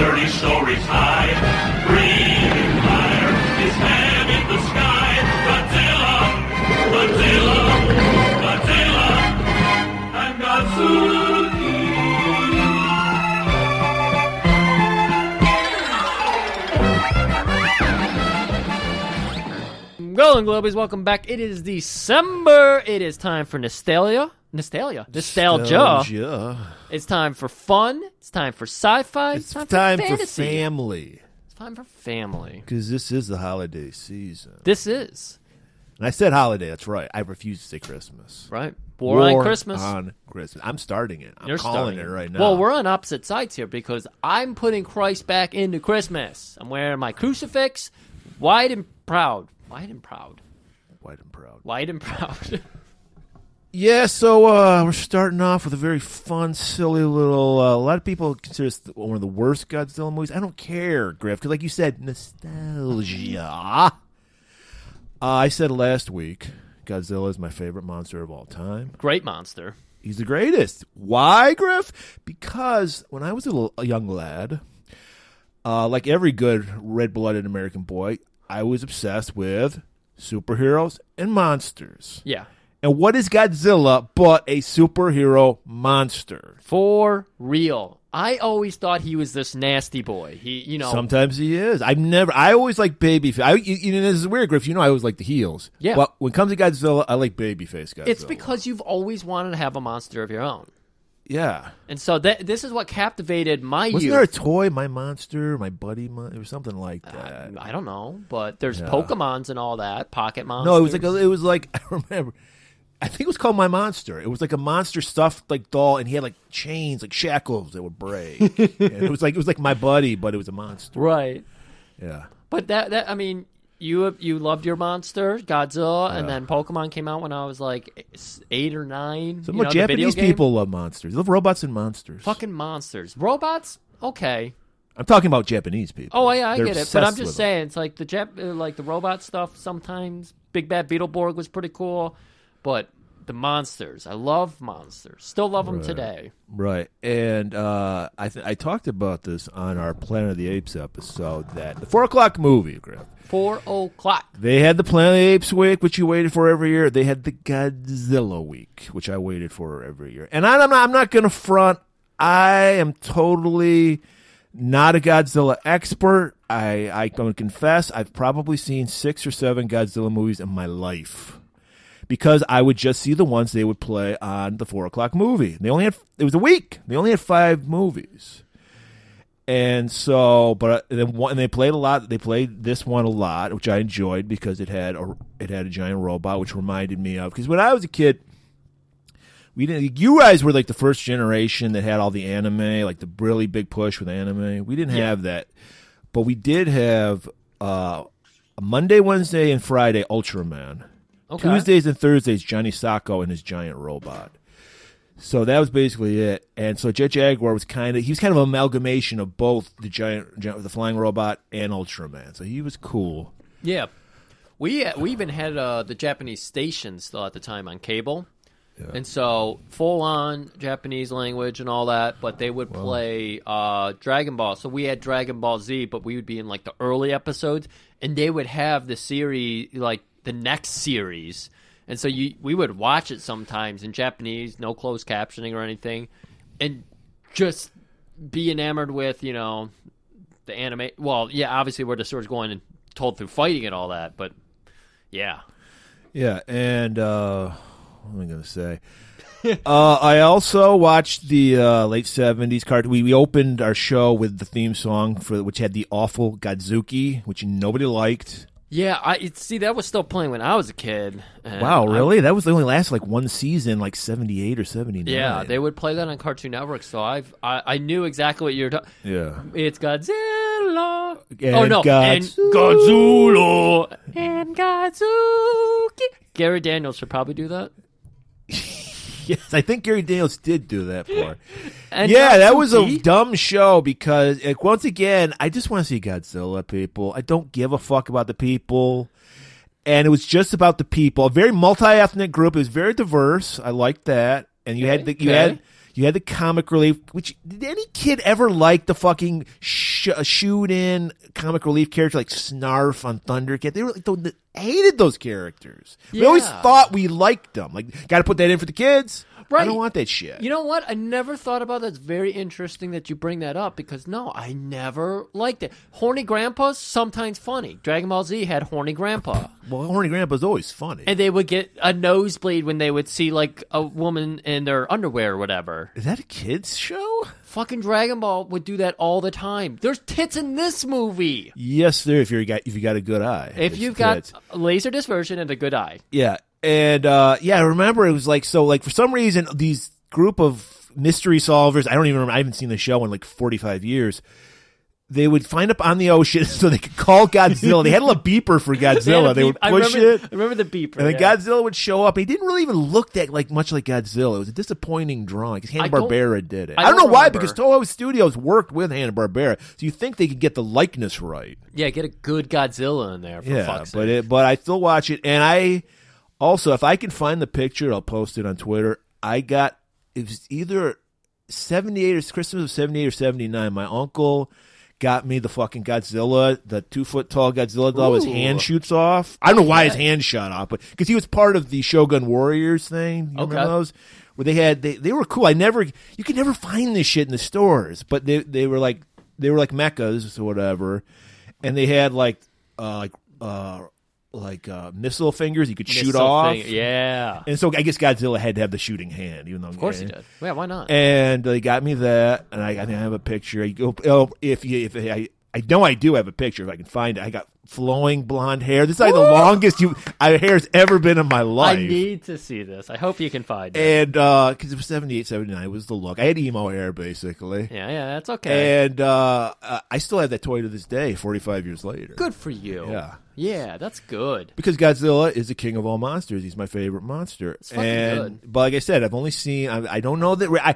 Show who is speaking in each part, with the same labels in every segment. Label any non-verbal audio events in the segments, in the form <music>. Speaker 1: three stories high. Breathing fire, his hand in the sky. Godzilla, Godzilla, Godzilla, and Godzilla.
Speaker 2: Rolling Globies, welcome back. It is December. It is time for nostalgia. Nostalgia. Nostalgia.
Speaker 3: Nostalgia.
Speaker 2: It's time for fun. It's time for sci fi.
Speaker 3: It's time for
Speaker 2: fantasy.
Speaker 3: family
Speaker 2: It's time for family.
Speaker 3: because this is the holiday season.
Speaker 2: This is,
Speaker 3: And I said holiday. That's right. I refuse to say Christmas.
Speaker 2: right? War, on Christmas.
Speaker 3: on Christmas. I'm starting it. I'm
Speaker 2: You're
Speaker 3: calling
Speaker 2: starting.
Speaker 3: it right now.
Speaker 2: Well, we're on opposite sides here because I'm putting Christ back into Christmas. I'm wearing my crucifix, wide and proud. Wide and proud.
Speaker 3: white and proud.
Speaker 2: Wide and proud. <laughs>
Speaker 3: Yeah, so uh, we're starting off with a very fun, silly little. Uh, a lot of people consider this one of the worst Godzilla movies. I don't care, Griff, 'cause like you said, nostalgia. Uh, I said last week, Godzilla is my favorite monster of all time.
Speaker 2: Great monster.
Speaker 3: He's the greatest. Why, Griff? Because when I was a, little, a young lad, uh, like every good red blooded American boy, I was obsessed with superheroes and monsters.
Speaker 2: Yeah.
Speaker 3: And what is Godzilla but a superhero monster?
Speaker 2: For real. I always thought he was this nasty boy. He, you know,
Speaker 3: Sometimes he is. I've never. I always like babyface. I, you, you know, this is weird, Griff. You know, I always like the heels.
Speaker 2: Yeah.
Speaker 3: But when it comes to Godzilla, I like babyface Godzilla.
Speaker 2: it's because you've always wanted to have a monster of your own.
Speaker 3: yeah.
Speaker 2: And so that this is what captivated my
Speaker 3: Wasn't
Speaker 2: youth.
Speaker 3: there a toy, my monster, my buddy, mon- or something like
Speaker 2: Uh,
Speaker 3: that?
Speaker 2: I don't know, but there's Pokemons and all that, Pocket Monsters.
Speaker 3: no, it was like a, it was like <laughs> I remember. I think it was called My Monster. It was like a monster stuffed like doll, and he had like chains, like shackles that
Speaker 2: <laughs>
Speaker 3: would break. and it was like it was like my buddy, but it was a monster.
Speaker 2: right.
Speaker 3: Yeah.
Speaker 2: But that that I mean, you you loved your monster Godzilla, and then Pokemon came out when I was like s- eight or nine.
Speaker 3: Some
Speaker 2: you know, the video
Speaker 3: Japanese
Speaker 2: game.
Speaker 3: people love monsters. They love robots and monsters.
Speaker 2: fucking monsters, robots. Okay.
Speaker 3: I'm talking about Japanese people.
Speaker 2: Oh, yeah, I
Speaker 3: They're
Speaker 2: get it. But I'm just
Speaker 3: obsessed with them.
Speaker 2: saying, it's like the Jap- uh, like the robot stuff. Sometimes Big Bad Beetleborg was pretty cool, but the monsters, I love monsters. Still love them today.
Speaker 3: Right. And uh, I th- I talked about this on our Planet of the Apes episode that the four o'clock movie, Griff.
Speaker 2: Four o'clock.
Speaker 3: They had the Planet of the Apes week, which you waited for every year. They had the Godzilla week, which I waited for every year. And I'm not, I'm not going to front. I am totally not a Godzilla expert. I I can confess I've probably seen six or seven Godzilla movies in my life because I would just see the ones they would play on the four o'clock movie. They only had it was a week. They only had five movies, and so but then one and they played a lot. They played this one a lot, which I enjoyed because it had a it had a giant robot, which reminded me of because when I was a kid. We didn't. You guys were like the first generation that had all the anime, like the really big push with anime. We didn't have that, but we did have uh, Monday, Wednesday, and Friday Ultraman.
Speaker 2: Okay.
Speaker 3: Tuesdays and Thursdays, Johnny Sacco and his giant robot. So that was basically it. And so Jet Jaguar was kind of he was kind of an amalgamation of both the giant, giant the flying robot and Ultraman. So he was cool.
Speaker 2: Yeah, we we even had uh, the Japanese station still at the time on cable, and so full on Japanese language and all that. But they would play uh, Dragon Ball, so we had Dragon Ball Z, but we would be in like the early episodes, and they would have the series like the next series, and so you we would watch it sometimes in Japanese, no closed captioning or anything, and just be enamored with you know the anime. Well, yeah, obviously where the story's going and told through fighting and all that, but yeah,
Speaker 3: Yeah, and uh, what am I going to say? <laughs> uh, I also watched the uh, late seventies cartoon. We, we opened our show with the theme song for which had the awful Godzuki, which nobody liked.
Speaker 2: yeah. I it- see that was still playing when I was a kid. and
Speaker 3: Wow,
Speaker 2: I-
Speaker 3: really? that was the only last like one season, like seventy eight or seventy nine.
Speaker 2: yeah, they would play that on Cartoon Network, so I've I, I knew exactly what you're talking.
Speaker 3: yeah.
Speaker 2: It's Godzilla.
Speaker 3: And
Speaker 2: oh no, and
Speaker 3: Godzu-
Speaker 2: Godzilla and Godzuki. Gary Daniels should probably do that.
Speaker 3: <laughs> Yes, I think Gary Daniels did do
Speaker 2: <laughs>
Speaker 3: that part.
Speaker 2: And
Speaker 3: yeah, that was a
Speaker 2: Godzuki?
Speaker 3: dumb show because like, once again, I just want to see Godzilla people. I don't give a fuck about the people. And it was just about the people. A very multi ethnic group. It was very diverse. I liked that. and you had the you had you had the comic relief. Which did any kid ever like the fucking sh- shoot in comic relief character like Snarf on Thundercat? They were like the, the- hated those characters. We always
Speaker 2: Yeah.
Speaker 3: thought we liked them. Like, got to put that in for the kids. I
Speaker 2: Right.
Speaker 3: don't want that shit.
Speaker 2: You know what? I never thought about that. It's very interesting that you bring that up because no, I never liked it. Horny grandpas sometimes funny. Dragon Ball Z had horny grandpa,
Speaker 3: well, horny grandpa's always funny.
Speaker 2: and they would get a nosebleed when they would see like a woman in their underwear or whatever.
Speaker 3: Is that a kids show?
Speaker 2: Fucking Dragon Ball would do that all the time. There's tits in this movie.
Speaker 3: Yes, there. If you got if you got a good eye,
Speaker 2: If
Speaker 3: It's
Speaker 2: you've got
Speaker 3: kids.
Speaker 2: a laser disc version and a good eye,
Speaker 3: yeah, and uh, yeah, I remember it was like so. Like for some reason, these group of mystery solvers. I don't even. remember. I haven't seen the show in like forty five years. They would find up on the ocean <laughs> so they could call Godzilla. they had a little
Speaker 2: <laughs>
Speaker 3: beeper for Godzilla.
Speaker 2: had a
Speaker 3: They, would
Speaker 2: beep- I
Speaker 3: push
Speaker 2: remember,
Speaker 3: it.
Speaker 2: I remember the beeper.
Speaker 3: And then
Speaker 2: yeah.
Speaker 3: Godzilla would show up. He didn't really even look that like much like Godzilla. It was a disappointing drawing because Hanna Barbera did it. I
Speaker 2: I
Speaker 3: don't, know
Speaker 2: don't
Speaker 3: why
Speaker 2: remember.
Speaker 3: because Toho Studios worked with Hanna Barbera, so you think they could get the likeness right.
Speaker 2: yeah, get a good Godzilla in there. For
Speaker 3: Yeah,
Speaker 2: fuck's sake.
Speaker 3: but it, but I still watch it, and I also if I can find the picture, I'll post it on Twitter. I got it was either seventy eight or Christmas of seventy eight or seventy nine. My uncle got me the fucking Godzilla, the two foot tall Godzilla doll. His
Speaker 2: Ooh.
Speaker 3: hand shoots off. I don't know why his hand shot off, but because he was part of the Shogun Warriors thing. You remember
Speaker 2: Okay.
Speaker 3: those? Where they had they, they were cool. I never you could never find this shit in the stores, but they they were like they were like mechas or whatever, and they had like uh like uh like uh missile fingers you could shoot
Speaker 2: Missile
Speaker 3: off.
Speaker 2: thing- Yeah.
Speaker 3: And so I guess Godzilla had to have the shooting hand, even though
Speaker 2: Of course he did. Yeah, why not?
Speaker 3: and they got me that, and I, I think I have a picture. I go, oh, if you, if I, I know I do have a picture if I can find it. I got flowing blonde hair. This is like the longest you I, hair's ever been in my life.
Speaker 2: I need to see this. I hope you can find it.
Speaker 3: and because it was 78, 79 was the look. I had emo hair basically,
Speaker 2: yeah, yeah, that's okay.
Speaker 3: and uh, uh, I still have that toy to this day, 45 years later.
Speaker 2: good for you.
Speaker 3: Yeah.
Speaker 2: Yeah, that's good.
Speaker 3: Because Godzilla is the king of all monsters. He's my favorite monster.
Speaker 2: fucking
Speaker 3: and but like I said, I've only seen. I, I don't know that. I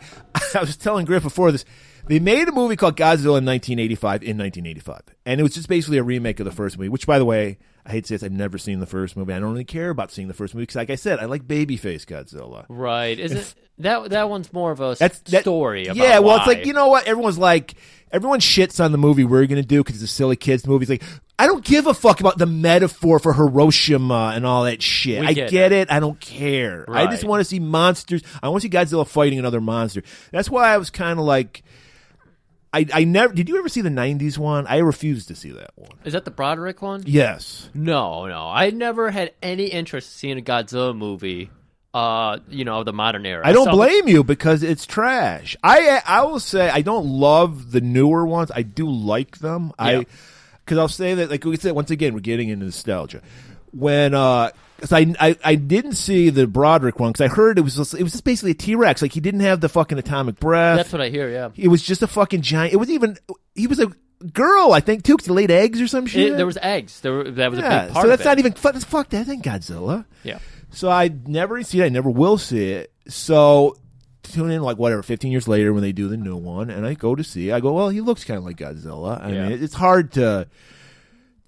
Speaker 3: <laughs> I was telling Griff before this. They made a movie called Godzilla in 1985. In 1985, and it was just basically a remake of the first movie. Which, by the way, I hate to say this, I've never seen the first movie. I don't really care about seeing the first movie because, like I said, I like babyface Godzilla.
Speaker 2: Right. Is it that that one's more of a s-
Speaker 3: That's that,
Speaker 2: story about
Speaker 3: Yeah, well, it's
Speaker 2: why.
Speaker 3: like you know what everyone's like. Everyone shits on the movie we're gonna do because it's a silly kids movie. It's like I don't give a fuck about the metaphor for Hiroshima and all that shit.
Speaker 2: We
Speaker 3: I
Speaker 2: get
Speaker 3: get it. I don't care. I just
Speaker 2: Right.
Speaker 3: want to see monsters. I want to see Godzilla fighting another monster. That's why I was kind of like. I, I never did you ever see the 90s one i refused to see that one
Speaker 2: Is that the Broderick one?
Speaker 3: yes
Speaker 2: No, no. I never had any interest in seeing a Godzilla movie. Uh, you know, of the modern era.
Speaker 3: I don't
Speaker 2: saw the-
Speaker 3: blame you because it's trash. I I will say I don't love the newer ones. I do like them. I
Speaker 2: Yeah.
Speaker 3: because I'll say that like we said once again we're getting into nostalgia. When uh, 'cause I, I I didn't see the Broderick one because I heard it was just, it was just basically a T Rex. Like he didn't have the fucking atomic breath.
Speaker 2: That's what I hear, yeah.
Speaker 3: it was just a fucking giant. It was even he was a girl I think too because he laid eggs or some shit.
Speaker 2: It- there was eggs. There were, that was a
Speaker 3: yeah.
Speaker 2: big part
Speaker 3: so that's eh,
Speaker 2: of it.
Speaker 3: not even fuck, fuck that. That ain't Godzilla.
Speaker 2: Yeah.
Speaker 3: So I never see it. I never will see it. So tune in like whatever, fifteen years later when they do the new one, and I go to see. it. I go, well, he looks kind of like Godzilla. I
Speaker 2: Yeah.
Speaker 3: mean, it's hard to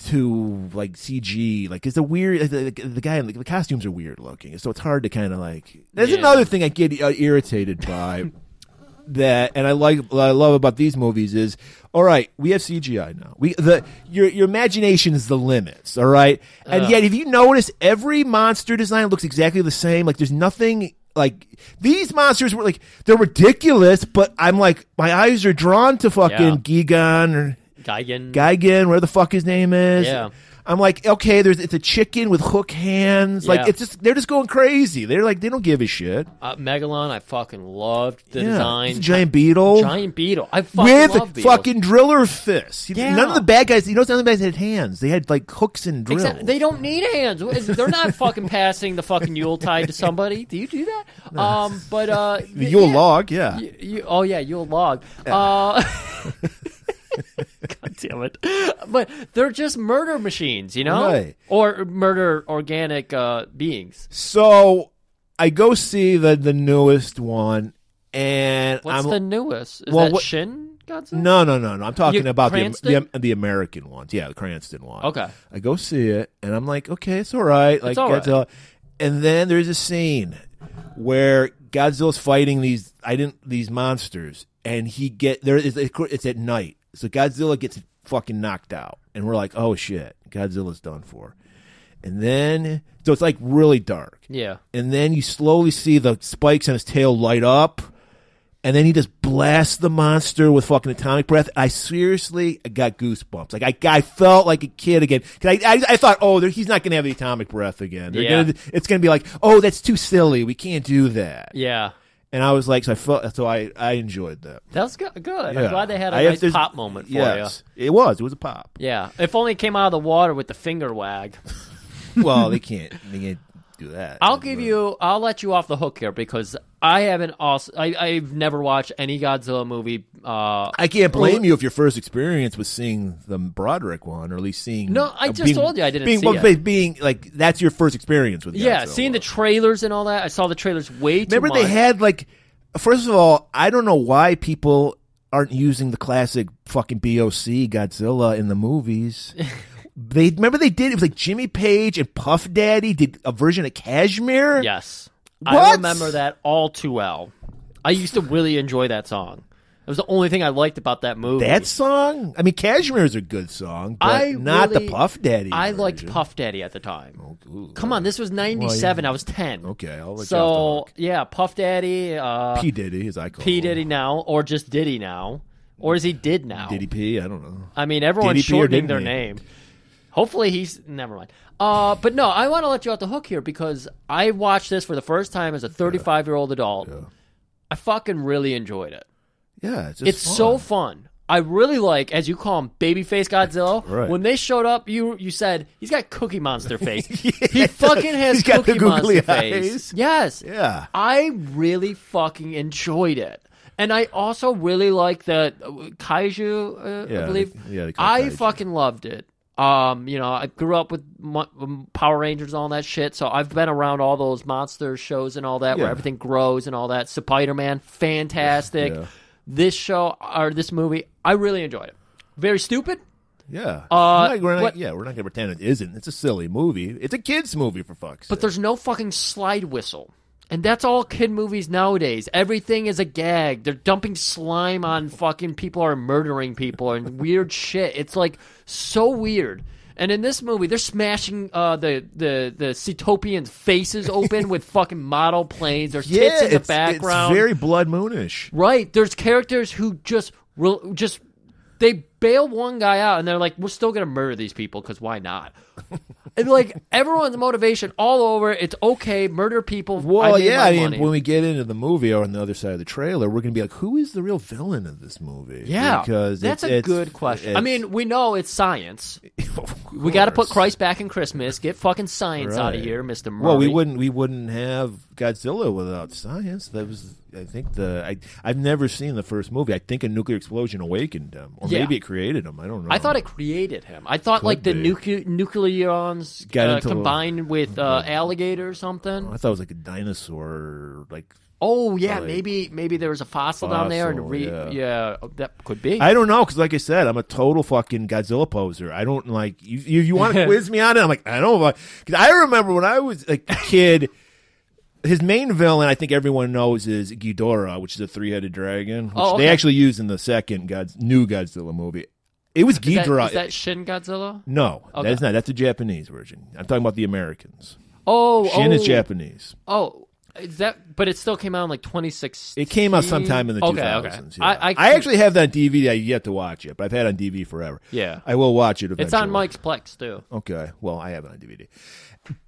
Speaker 3: to like CG. Like it's a weird. The, the, the guy, like, the costumes are weird looking, so it's hard to kind of like. That's
Speaker 2: Yeah.
Speaker 3: another thing I get uh, irritated by. That and I like what I love about these movies is all right we have CGI now we the your your imagination is the limits all right and
Speaker 2: Ugh.
Speaker 3: yet if you notice every monster design looks exactly the same like there's nothing like these monsters were like they're ridiculous but I'm like my eyes are drawn to fucking Gigan or
Speaker 2: Geigen.
Speaker 3: Geigen, where the fuck his name is.
Speaker 2: Yeah.
Speaker 3: I'm like, okay, there's it's a chicken with hook hands. Like
Speaker 2: Yeah.
Speaker 3: it's just they're just going crazy. They're like they don't give a shit.
Speaker 2: uh, Megalon, I fucking loved the
Speaker 3: Yeah.
Speaker 2: design.
Speaker 3: It's a giant beetle.
Speaker 2: Giant beetle. I fucking love
Speaker 3: with
Speaker 2: beetles.
Speaker 3: fucking driller fists. He-
Speaker 2: Yeah.
Speaker 3: None of the bad guys, you know, none of the bad guys had hands. They had like hooks and drills.
Speaker 2: Exactly. They don't need hands. Is- They're not fucking passing the fucking Yule tide to somebody. Do you do
Speaker 3: <laughs>
Speaker 2: that? Um, but uh,
Speaker 3: The Yule
Speaker 2: yeah.
Speaker 3: log, yeah.
Speaker 2: You, you- oh yeah, Yule log.
Speaker 3: <laughs>
Speaker 2: Uh, God damn it! But they're just murder machines, you know,
Speaker 3: Right.
Speaker 2: or murder organic uh, beings.
Speaker 3: So I go see the the newest one, and
Speaker 2: What's
Speaker 3: I'm
Speaker 2: the newest? Is
Speaker 3: Well,
Speaker 2: that
Speaker 3: what-
Speaker 2: Shin Godzilla?
Speaker 3: No, no, no, no. I'm talking
Speaker 2: You-
Speaker 3: about the,
Speaker 2: Cranston?
Speaker 3: the the American ones. Yeah, the Cranston one.
Speaker 2: Okay.
Speaker 3: I go see it, and I'm like, okay, it's all right. Like,
Speaker 2: all right.
Speaker 3: Godzilla. And then there's a scene where Godzilla's fighting these I didn't these monsters, and he get there is it's at night, so Godzilla gets fucking knocked out, and we're like, oh shit, Godzilla's done for. And then so it's like really dark,
Speaker 2: Yeah.
Speaker 3: and then you slowly see the spikes on his tail light up. And then he just blasts the monster with fucking atomic breath. I seriously got goosebumps. Like I, I felt like a kid again. 'Cause I, I, I thought, oh, there- he's not gonna have the atomic breath again. They're
Speaker 2: Yeah.
Speaker 3: gonna- it's gonna be like, oh, that's too silly. We can't do that.
Speaker 2: Yeah.
Speaker 3: And I was like, so I felt, so I, I enjoyed that.
Speaker 2: That's good. good.
Speaker 3: Yeah.
Speaker 2: I'm glad they had a
Speaker 3: I- if
Speaker 2: nice
Speaker 3: there's-
Speaker 2: pop moment for
Speaker 3: yes, it was. It was a pop.
Speaker 2: you. Yeah. If only it came out of the water with the finger wag.
Speaker 3: well, they can't, they can't do that.
Speaker 2: I'll give you. I'll let you off the hook here because I haven't also. I, I've never watched any Godzilla movie. Uh,
Speaker 3: I can't blame
Speaker 2: Well-
Speaker 3: you if your first experience was seeing the Broderick one, or at least seeing.
Speaker 2: No, I
Speaker 3: uh,
Speaker 2: just told you I didn't
Speaker 3: being,
Speaker 2: see
Speaker 3: well,
Speaker 2: it.
Speaker 3: Being like that's your first experience with.
Speaker 2: yeah,
Speaker 3: Godzilla.
Speaker 2: seeing the trailers and all that. I saw the trailers way too
Speaker 3: uh, Remember
Speaker 2: much.
Speaker 3: they had like. First of all, I don't know why people aren't using the classic fucking BOC Godzilla in
Speaker 2: <laughs>
Speaker 3: the movies. they remember they did it was like Jimmy Page and Puff Daddy did a version of Cashmere.
Speaker 2: Yes, I
Speaker 3: What?
Speaker 2: remember that all too well. I used to really enjoy that song. It was the only thing I liked about that movie.
Speaker 3: That song, I mean, Cashmere is a good song, but
Speaker 2: I
Speaker 3: not
Speaker 2: really-
Speaker 3: the Puff Daddy.
Speaker 2: I liked
Speaker 3: version.
Speaker 2: Puff Daddy at the time.
Speaker 3: Oh, Ooh,
Speaker 2: Come on, this was '97. I was ten.
Speaker 3: Okay, I'll let you
Speaker 2: so
Speaker 3: off
Speaker 2: yeah, Puff Daddy, uh, P.
Speaker 3: P Diddy, as I call him.
Speaker 2: Diddy now, or just Diddy now, or is he did now?
Speaker 3: Diddy P. I don't know.
Speaker 2: I mean, everyone's
Speaker 3: DDP or
Speaker 2: shortening their
Speaker 3: didn't he?
Speaker 2: name. Hopefully, he's never mind. Uh, but no, I want to let you out the hook here because I watched this for the first time as a 35 year old adult. I fucking really enjoyed it.
Speaker 3: Yeah, it's just
Speaker 2: It's so fun. I really like, as you call him, babyface Godzilla.
Speaker 3: <laughs> Right.
Speaker 2: When they showed up, you you said he's got Cookie
Speaker 3: <laughs>
Speaker 2: Monster face. He fucking has
Speaker 3: He's got the
Speaker 2: Cookie Monster
Speaker 3: googly
Speaker 2: face.
Speaker 3: eyes.
Speaker 2: Yes.
Speaker 3: Yeah.
Speaker 2: I really fucking enjoyed it. And I also really like the uh, kaiju, uh, I
Speaker 3: Yeah,
Speaker 2: believe.
Speaker 3: they- yeah, they call it
Speaker 2: I
Speaker 3: kaiju.
Speaker 2: fucking loved it. Um, you know, I grew up with mo- um, Power Rangers and all that shit, so I've been around all those monster shows and all that, where
Speaker 3: Yeah.
Speaker 2: everything grows and all that. Spider
Speaker 3: <laughs>
Speaker 2: Man, fantastic.
Speaker 3: Yeah.
Speaker 2: This show or this movie, I really enjoyed it. Very stupid.
Speaker 3: Yeah.
Speaker 2: Uh,
Speaker 3: Like, we're not,
Speaker 2: but-
Speaker 3: yeah, we're not going to pretend it isn't. It's a silly movie. It's a kid's movie, for fuck's
Speaker 2: But
Speaker 3: sake.
Speaker 2: there's no fucking slide whistle. And that's all kid movies nowadays. Everything is a gag. They're dumping slime on fucking people or murdering people and <laughs> weird shit. It's like so weird. And in this movie, they're smashing uh, the the the Cetopians' faces open
Speaker 3: <laughs>
Speaker 2: with fucking model planes. There's
Speaker 3: yeah,
Speaker 2: tits in the
Speaker 3: it's,
Speaker 2: background.
Speaker 3: it's very Blood Moonish.
Speaker 2: Right. There's characters who just re- just they bail one guy out and they're like, we're still gonna murder these people because why
Speaker 3: <laughs>
Speaker 2: not? and like everyone's motivation all over. It's okay, murder people.
Speaker 3: Well,
Speaker 2: I made
Speaker 3: Oh, yeah,
Speaker 2: my
Speaker 3: I mean,
Speaker 2: money.
Speaker 3: when we get into the movie or on the other side of the trailer, we're going to be like, who is the real villain of this movie?
Speaker 2: yeah,
Speaker 3: Because
Speaker 2: that's
Speaker 3: it-
Speaker 2: a
Speaker 3: it's-
Speaker 2: good question. I
Speaker 3: it's-
Speaker 2: mean, we know it's science.
Speaker 3: <laughs> of
Speaker 2: We got to put
Speaker 3: course.
Speaker 2: Christ back in Christmas. Get fucking science out of
Speaker 3: Right.
Speaker 2: here, Mister.
Speaker 3: Well, we wouldn't we wouldn't have Godzilla without science. That was I think the I I've never seen the first movie. I think a nuclear explosion awakened him, or
Speaker 2: Yeah.
Speaker 3: maybe it created him. I don't know.
Speaker 2: I thought it created him. I thought like the
Speaker 3: Could be.
Speaker 2: nucle- nucleons
Speaker 3: Got
Speaker 2: uh,
Speaker 3: into a-
Speaker 2: combined with uh, alligator or something.
Speaker 3: I thought it was like a dinosaur. Like
Speaker 2: Oh yeah,
Speaker 3: Like-
Speaker 2: maybe maybe there was a fossil, down there and
Speaker 3: Fossil,
Speaker 2: re- yeah. oh,
Speaker 3: yeah.
Speaker 2: that could be.
Speaker 3: I don't know because like I said, I'm a total fucking Godzilla poser. I don't like you. You,
Speaker 2: <laughs>
Speaker 3: you want to quiz me on it? I'm like I don't because I remember when I was like a kid. His main villain, I think everyone knows, is Ghidorah, which is a three-headed dragon, which
Speaker 2: Oh, okay.
Speaker 3: they actually used in the second God's new Godzilla movie. It was
Speaker 2: is, that,
Speaker 3: Ghidorah.
Speaker 2: is that Shin Godzilla?
Speaker 3: No,
Speaker 2: Okay.
Speaker 3: that's not. That's the Japanese version. I'm talking about the Americans.
Speaker 2: Oh,
Speaker 3: Shin
Speaker 2: oh,
Speaker 3: is Japanese.
Speaker 2: Oh, is that? But it still came out in like 2016.
Speaker 3: It came out sometime in the
Speaker 2: okay,
Speaker 3: 2000s.
Speaker 2: Okay.
Speaker 3: yeah.
Speaker 2: I, I,
Speaker 3: actually have that on DVD. I yet to watch it, but I've had it on DVD forever.
Speaker 2: Yeah.
Speaker 3: I will watch it eventually.
Speaker 2: it's on Mike's Plex too.
Speaker 3: Okay, well, I have it on DVD.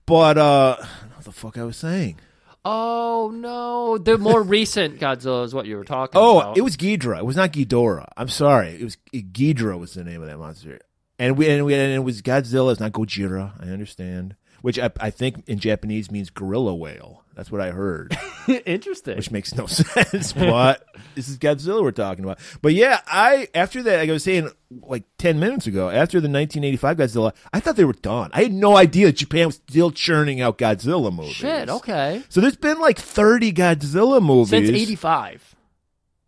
Speaker 3: But uh, I don't know what the fuck I was saying?
Speaker 2: Oh no, the
Speaker 3: <laughs>
Speaker 2: more recent Godzilla is what you were talking.
Speaker 3: Oh,
Speaker 2: about.
Speaker 3: it was Ghidra. It was not Ghidorah. I'm sorry. It was Ghidra was the name of that monster. And we and, we, and it was Godzilla. It's not Gojira. I understand. Which I, I think in Japanese means gorilla whale. That's what
Speaker 2: <laughs>
Speaker 3: I heard. <laughs>
Speaker 2: interesting.
Speaker 3: which makes no <laughs> sense. But this is Godzilla we're talking about. But yeah, I after that, like I was saying like ten minutes ago, after the 1985 Godzilla, I thought they were done. I had no idea Japan was still churning out Godzilla movies.
Speaker 2: Shit. Okay.
Speaker 3: So there's been like 30 Godzilla movies
Speaker 2: Since '85.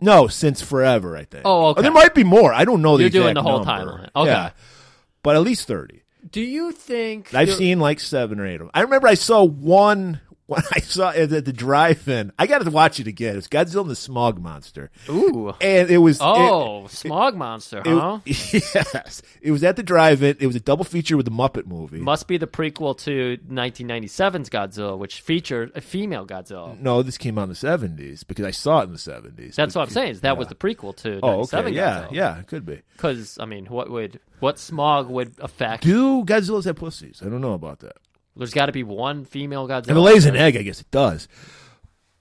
Speaker 3: No, since forever, I think.
Speaker 2: Oh, okay.
Speaker 3: there might be more. I don't know the
Speaker 2: You're doing
Speaker 3: exact
Speaker 2: the whole
Speaker 3: number.
Speaker 2: timeline. Okay.
Speaker 3: Yeah. But at least 30.
Speaker 2: Do you think
Speaker 3: I've
Speaker 2: there-
Speaker 3: seen like seven or eight of them. I remember I saw one <laughs> when I saw it at the drive-in. I got to watch it again. It's Godzilla and the Smog Monster,
Speaker 2: Ooh.
Speaker 3: and <laughs> it was it-
Speaker 2: Oh, uh-huh. smog monster,
Speaker 3: it-
Speaker 2: huh?
Speaker 3: <laughs> yes, it was at the drive-in. It was a double feature with the Muppet movie.
Speaker 2: Must be the prequel to 1997's Godzilla, which featured a female Godzilla.
Speaker 3: no, this came out in the seventies because I saw it in the seventies.
Speaker 2: That's what I'm saying. Is that was the prequel to
Speaker 3: oh,
Speaker 2: 97
Speaker 3: okay, yeah,
Speaker 2: Godzilla.
Speaker 3: yeah, it could be.
Speaker 2: Because I mean, what would what smog would affect?
Speaker 3: Do Godzillas have pussies? I don't know about that.
Speaker 2: There's got to be one female Godzilla.
Speaker 3: If it lays an egg, I guess it does.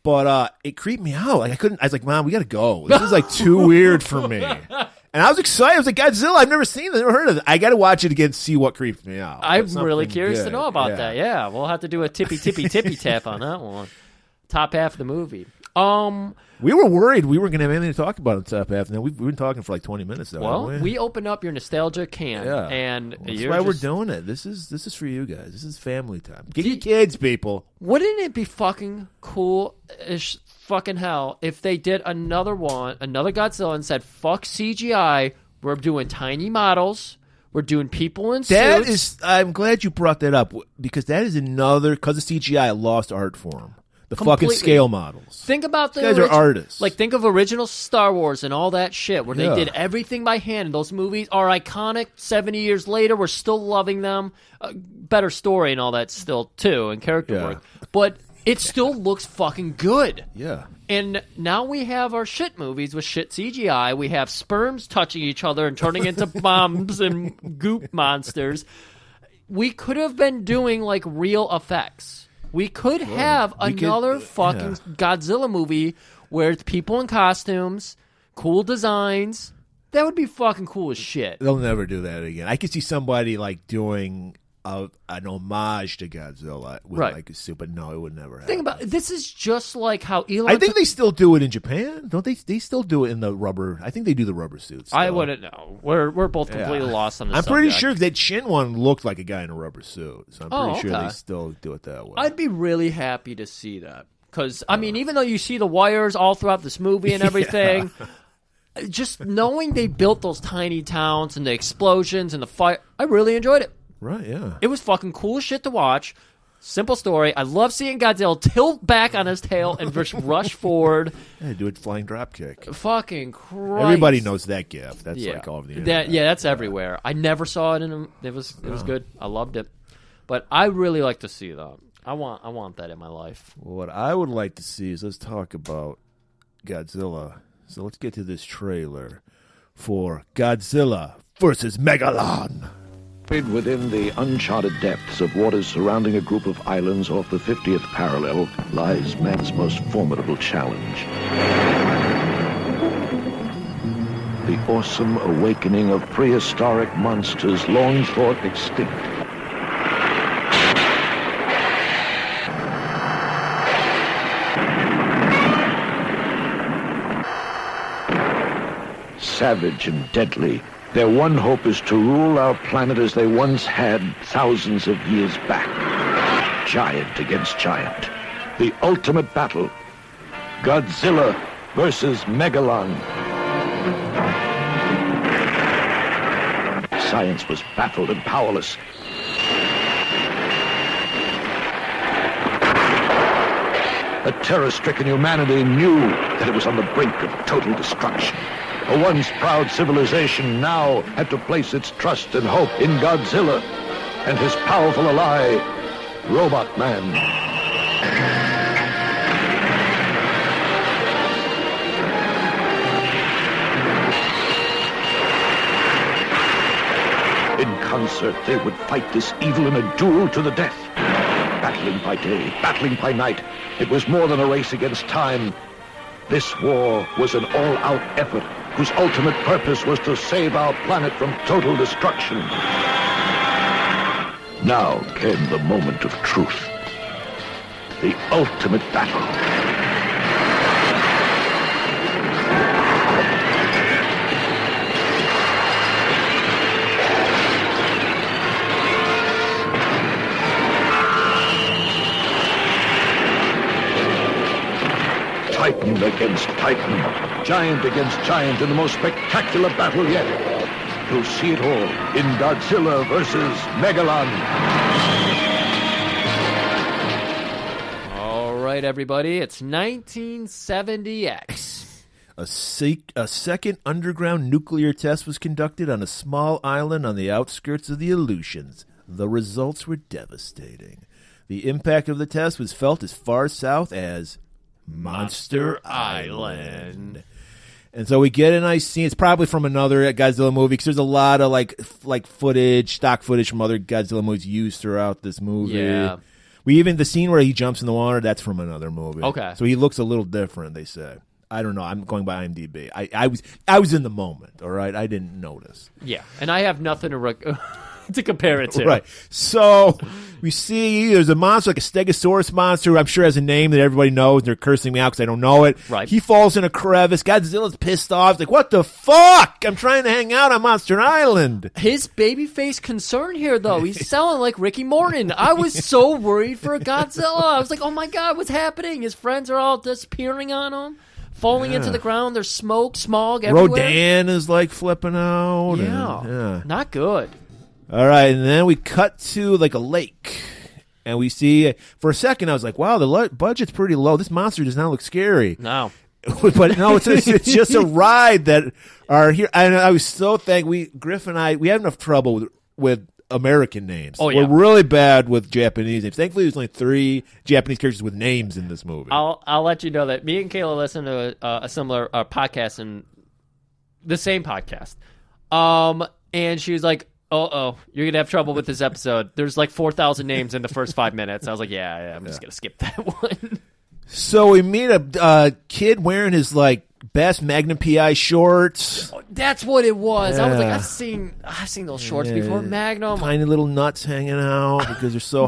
Speaker 3: But uh, it creeped me out. Like I couldn't. I was like, "Mom, we gotta go. This is like too
Speaker 2: <laughs>
Speaker 3: weird for me." And I was excited. I was like, "Godzilla! I've never seen this. Never heard of it. I gotta watch it again. to See what creeped me out."
Speaker 2: I'm
Speaker 3: But something
Speaker 2: really curious to
Speaker 3: good.
Speaker 2: know about
Speaker 3: Yeah.
Speaker 2: that. Yeah, we'll have to do a tippy tippy
Speaker 3: <laughs>
Speaker 2: tippy tap on that one. Top half of the movie. Um.
Speaker 3: We were worried we weren't gonna have anything to talk about in the top half. Now we've, we've been talking for like twenty minutes though.
Speaker 2: Well,
Speaker 3: haven't
Speaker 2: we? opened up your nostalgia can,
Speaker 3: Yeah.
Speaker 2: and
Speaker 3: That's
Speaker 2: you're
Speaker 3: why
Speaker 2: just-
Speaker 3: we're doing it. This is this is for you guys. This is family time. Get your kids, people.
Speaker 2: Wouldn't it be fucking cool ish fucking hell if they did another one, another Godzilla, and said, fuck CGI, we're doing tiny models, we're doing people in
Speaker 3: That
Speaker 2: suits.
Speaker 3: is- I'm glad you brought that up w- because that is another because of CGI lost art form. The
Speaker 2: Completely.
Speaker 3: fucking scale models.
Speaker 2: Think about the
Speaker 3: These guys are
Speaker 2: orig-
Speaker 3: artists.
Speaker 2: Like think of original Star Wars and all that shit, where
Speaker 3: Yeah.
Speaker 2: they did everything by hand. Those movies are iconic. Seventy years later, we're still loving them. Uh, better story and all that still too, and character
Speaker 3: Yeah.
Speaker 2: work. But it still looks fucking good.
Speaker 3: Yeah.
Speaker 2: And now we have our shit movies with shit CGI. We have sperms touching each other and turning
Speaker 3: <laughs>
Speaker 2: into bombs and goop monsters. We could have been doing like real effects. We could have
Speaker 3: we could- uh,
Speaker 2: another
Speaker 3: yeah.
Speaker 2: fucking Godzilla movie where it's people in costumes, cool designs. That would be fucking cool as shit.
Speaker 3: They'll never do that again. I could see somebody like doing a, an homage to Godzilla with
Speaker 2: Right.
Speaker 3: like a suit, but no, it would never happen.
Speaker 2: Think about this is just like how Elon.
Speaker 3: I think they still do it in Japan, don't they? They still do it in the rubber. I think they do the rubber suits.
Speaker 2: I
Speaker 3: still.
Speaker 2: wouldn't know. We're we're both
Speaker 3: Yeah.
Speaker 2: completely lost on this.
Speaker 3: I'm pretty
Speaker 2: subject.
Speaker 3: sure that Shin one looked like a guy in a rubber suit, so I'm
Speaker 2: Oh,
Speaker 3: pretty sure
Speaker 2: okay.
Speaker 3: they still do it that way.
Speaker 2: I'd be really happy to see that because I
Speaker 3: Uh.
Speaker 2: mean, even though you see the wires all throughout this movie
Speaker 3: <laughs>
Speaker 2: and everything, just knowing they built those tiny towns and the explosions and the fire, I really enjoyed it.
Speaker 3: right? Yeah.
Speaker 2: It was fucking cool as shit to watch. Simple story. I love seeing Godzilla tilt back on his tail and
Speaker 3: <laughs>
Speaker 2: just rush forward.
Speaker 3: yeah do it flying drop kick.
Speaker 2: Fucking Christ.
Speaker 3: Everybody knows that gif. That's
Speaker 2: Yeah,
Speaker 3: like all over the internet.
Speaker 2: that, yeah, that's everywhere. I never saw it in a. It was it was good. I loved it, but I really like to see that. I want I want that in my life.
Speaker 3: What I would like to see is let's talk about Godzilla. So let's get to this trailer for Godzilla versus Megalon.
Speaker 4: Buried within the uncharted depths of waters surrounding a group of islands off the 50th parallel lies man's most formidable challenge. The awesome awakening of prehistoric monsters long thought extinct. savage and deadly. Their one hope is to rule our planet as they once had thousands of years back. Giant against giant. The ultimate battle. Godzilla versus Megalon. Science was baffled and powerless. A terror-stricken humanity knew that it was on the brink of total destruction. A once proud civilization now had to place its trust and hope in Godzilla and his powerful ally, Robot Man. In concert, they would fight this evil in a duel to the death. Battling by day, battling by night. It was more than a race against time. This war was an all-out effort whose ultimate purpose was to save our planet from total destruction. Now came the moment of truth. The ultimate battle. Titan against Titan, giant against giant in the most spectacular battle yet. You'll see it all in Godzilla versus Megalon.
Speaker 2: right, everybody. It's 1970X.
Speaker 3: A, sec- a second underground nuclear test was conducted on a small island on the outskirts of the Aleutians. The results were devastating. The impact of the test was felt as far south as Monster Island. And so we get a nice scene. It's probably from another Godzilla movie because there's a lot of like f- like footage, stock footage from other Godzilla movies used throughout this movie.
Speaker 2: Yeah.
Speaker 3: We even the scene where he jumps in the water. That's from another movie.
Speaker 2: Okay.
Speaker 3: So he looks a little different. They say. I don't know. I'm going by IMDb. I, I was I was in the moment. All right. I didn't notice.
Speaker 2: yeah, and I have nothing to rec- <laughs> to compare it to.
Speaker 3: Right. So we see there's a monster, like a Stegosaurus monster, who I'm sure has a name that everybody knows. and They're cursing me out because I don't know it.
Speaker 2: Right.
Speaker 3: He falls in a crevice. Godzilla's pissed off. He's like, what the fuck? I'm trying to hang out on Monster Island.
Speaker 2: His babyface concern here, though, <laughs> he's selling like Ricky Morton. I was so worried for Godzilla. I was like, oh my god, what's happening? His friends are all disappearing on him, falling into the ground. There's smoke, smog everywhere.
Speaker 3: Rodan is like flipping out. and-
Speaker 2: Yeah.
Speaker 3: yeah.
Speaker 2: not good.
Speaker 3: All right, and then we cut to like a lake, and we see for a second I was like, "Wow, the lu- budget's pretty low. This monster does not look scary."
Speaker 2: No,
Speaker 3: <laughs> but no, it's, it's, it's just a ride that are here. And I was so thankful. We Griff and I we have enough trouble with, with American names.
Speaker 2: Oh,
Speaker 3: we're
Speaker 2: yeah.
Speaker 3: really bad with Japanese names. Thankfully, there's only three Japanese characters with names in this movie.
Speaker 2: I'll I'll let you know that me and Kayla listen to a, a similar uh, podcast and the same podcast. Um, and she was like, "Oh, oh, you're gonna have trouble with this episode. There's like four thousand names in the first five minutes." I was like, "Yeah, yeah I'm just gonna skip that <laughs> one."
Speaker 3: so we meet a uh, kid wearing his like best Magnum PI
Speaker 2: Oh,
Speaker 3: shorts,
Speaker 2: That's what it was. I was like,
Speaker 3: Yeah.
Speaker 2: "I've seen I've seen those shorts before." Magnum. I
Speaker 3: tiny little nuts hanging out because they're so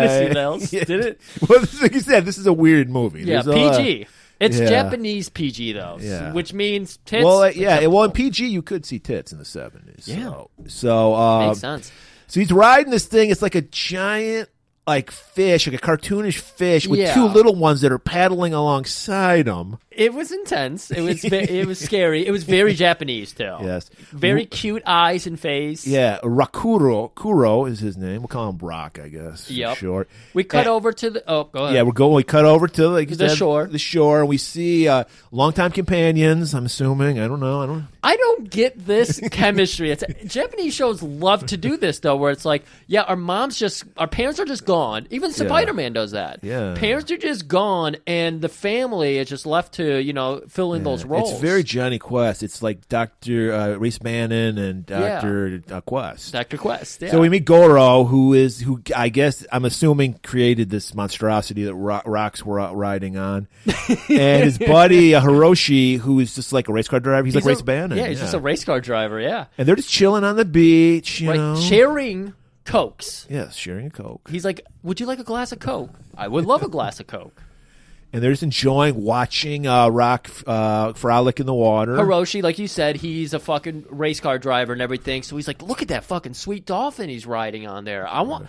Speaker 2: <laughs> didn't need to see that
Speaker 3: <laughs>
Speaker 2: else. Did it?
Speaker 3: Well, this is like you said, this is a weird movie.
Speaker 2: Yeah,
Speaker 3: There's a lot-
Speaker 2: PG. It's
Speaker 3: uh, yeah.
Speaker 2: Japanese PG though,
Speaker 3: Yeah.
Speaker 2: which means tits.
Speaker 3: well, uh, yeah. Well, in PG, you could see tits in the seventies. So, so uh,
Speaker 2: makes sense.
Speaker 3: so he's riding this thing. It's like a giant, like fish, like a cartoonish fish with
Speaker 2: Yeah.
Speaker 3: two little ones that are paddling alongside him.
Speaker 2: It was intense. It was ve- it
Speaker 3: <laughs>
Speaker 2: was scary. It was very Japanese too.
Speaker 3: Yes.
Speaker 2: Very cute eyes and face.
Speaker 3: Yeah, Rakuro Kuro is his name. We'll call him Brock, I guess. for
Speaker 2: Yep.
Speaker 3: Short.
Speaker 2: We cut
Speaker 3: And-
Speaker 2: over to the oh go ahead.
Speaker 3: Eh. Yeah, we're going. We cut over to like,
Speaker 2: The shore.
Speaker 3: The shore, and we see uh, longtime companions. I'm assuming. I don't know. I don't.
Speaker 2: I don't get
Speaker 3: <laughs>
Speaker 2: this chemistry. It's Japanese shows love to do this though, where it's like, yeah, our moms just our parents are just gone. Even Spider Man does that.
Speaker 3: Yeah.
Speaker 2: Parents are just gone and the family is just left to, you know, fill in those roles.
Speaker 3: It's very Johnny Quest. It's like Doctor uh, Reese Bannon and
Speaker 2: Yeah.
Speaker 3: Doctor uh, Quest.
Speaker 2: Dr. Quest. Yeah.
Speaker 3: So we meet Goro, who is who I guess I'm assuming created this monstrosity that ro- rocks were out
Speaker 2: <laughs>
Speaker 3: riding on, and his buddy uh, Hiroshi, who is just like a race car driver. He's,
Speaker 2: He's
Speaker 3: like Race
Speaker 2: a-
Speaker 3: Bannon.
Speaker 2: Yeah, he's just a race car driver, yeah.
Speaker 3: and they're just chilling on the beach, you
Speaker 2: Right.
Speaker 3: know.
Speaker 2: Sharing Cokes.
Speaker 3: yeah, sharing a coke,
Speaker 2: He's like, "Would you like a glass of Coke? I would love a glass of Coke."
Speaker 3: <laughs> and they're just enjoying watching uh, Rock uh, frolic in the water.
Speaker 2: Hiroshi, like you said, he's a fucking race car driver and everything. So he's like, "Look at that fucking sweet dolphin he's riding on there. I
Speaker 3: <laughs>
Speaker 2: want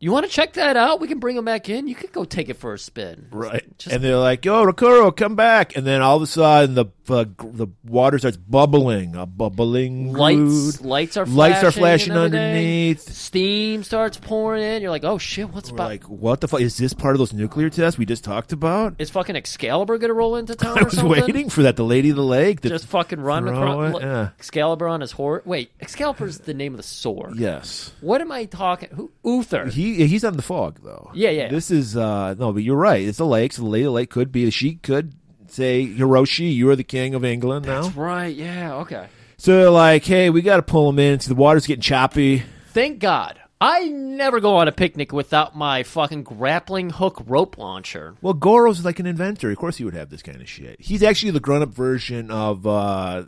Speaker 2: you want to check that out. We can bring him back in. You could go take it for a spin."
Speaker 3: Right.
Speaker 2: Just-
Speaker 3: and they're like, "Yo, Rokuro, come back!" And then all of a sudden, the uh, g- the water starts bubbling, a bubbling
Speaker 2: Lights,
Speaker 3: glued.
Speaker 2: lights are flashing
Speaker 3: Lights are flashing
Speaker 2: and everything.
Speaker 3: underneath.
Speaker 2: Steam starts pouring in. You're like, "Oh shit, what's
Speaker 3: We're
Speaker 2: about?"
Speaker 3: like, what the fuck is this part of those nuclear tests we just talked about?
Speaker 2: is fucking Excalibur gonna roll into town?
Speaker 3: <laughs> I
Speaker 2: or
Speaker 3: was
Speaker 2: something?
Speaker 3: waiting for that. The Lady of the Lake. that-
Speaker 2: Just fucking run
Speaker 3: Throw
Speaker 2: across
Speaker 3: it,
Speaker 2: look,
Speaker 3: yeah.
Speaker 2: Excalibur on his horse. Wait, Excalibur's the name of the sword.
Speaker 3: yes.
Speaker 2: What am I talking? Who? Uther.
Speaker 3: He he's on the fog though.
Speaker 2: Yeah, yeah.
Speaker 3: This is uh no, but you're right. It's the lake. So the Lady of the Lake could be. She could say, Hiroshi, you are the king of England now.
Speaker 2: right. Yeah. Okay.
Speaker 3: So they're like, hey, we got to pull him in. So the water's getting choppy.
Speaker 2: Thank God. I never go on a picnic without my fucking grappling hook rope launcher.
Speaker 3: Well, Goro's like an inventor. Of course, he would have this kind of shit. He's actually the grown-up version of uh, I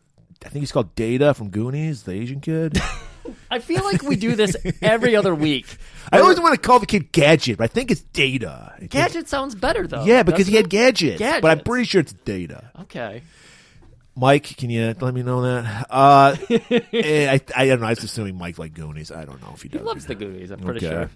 Speaker 3: think he's called Data from Goonies, the Asian kid.
Speaker 2: <laughs> I feel like we do this every other week.
Speaker 3: <laughs> I always want to call the kid Gadget, but I think it's Data. I think-
Speaker 2: Gadget sounds better though.
Speaker 3: Yeah, because he
Speaker 2: doesn't
Speaker 3: had gadgets,
Speaker 2: Gadgets.
Speaker 3: but I'm pretty sure it's Data.
Speaker 2: it? Okay.
Speaker 3: Mike, can you let me know that?
Speaker 2: <laughs>
Speaker 3: Uh, eh, I, I don't know. I was assuming Mike liked Goonies. I don't know if he does.
Speaker 2: He loves the Goonies. I'm pretty
Speaker 3: Okay.
Speaker 2: sure.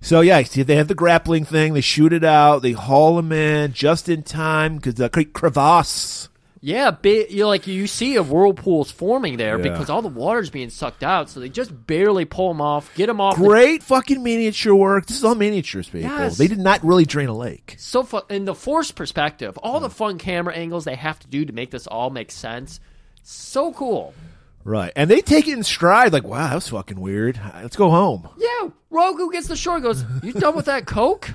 Speaker 3: So yeah, see, they have the grappling thing. They shoot it out. They haul him in just in time because the uh, crevasse
Speaker 2: Yeah, bit, you like you see a whirlpools forming there
Speaker 3: Yeah.
Speaker 2: because all the water's being sucked out, so they just barely pull them off, get them off. the-
Speaker 3: Great fucking miniature work. This is all miniatures, people.
Speaker 2: Yes.
Speaker 3: They did not really drain a lake.
Speaker 2: so fu- in the force perspective, all the fun camera angles they have to do to make this all make sense. So cool.
Speaker 3: Right. And they take it in stride, like, wow, that was fucking weird. Let's go home.
Speaker 2: Yeah, Rogu gets the shore. and Goes, you done with that coke?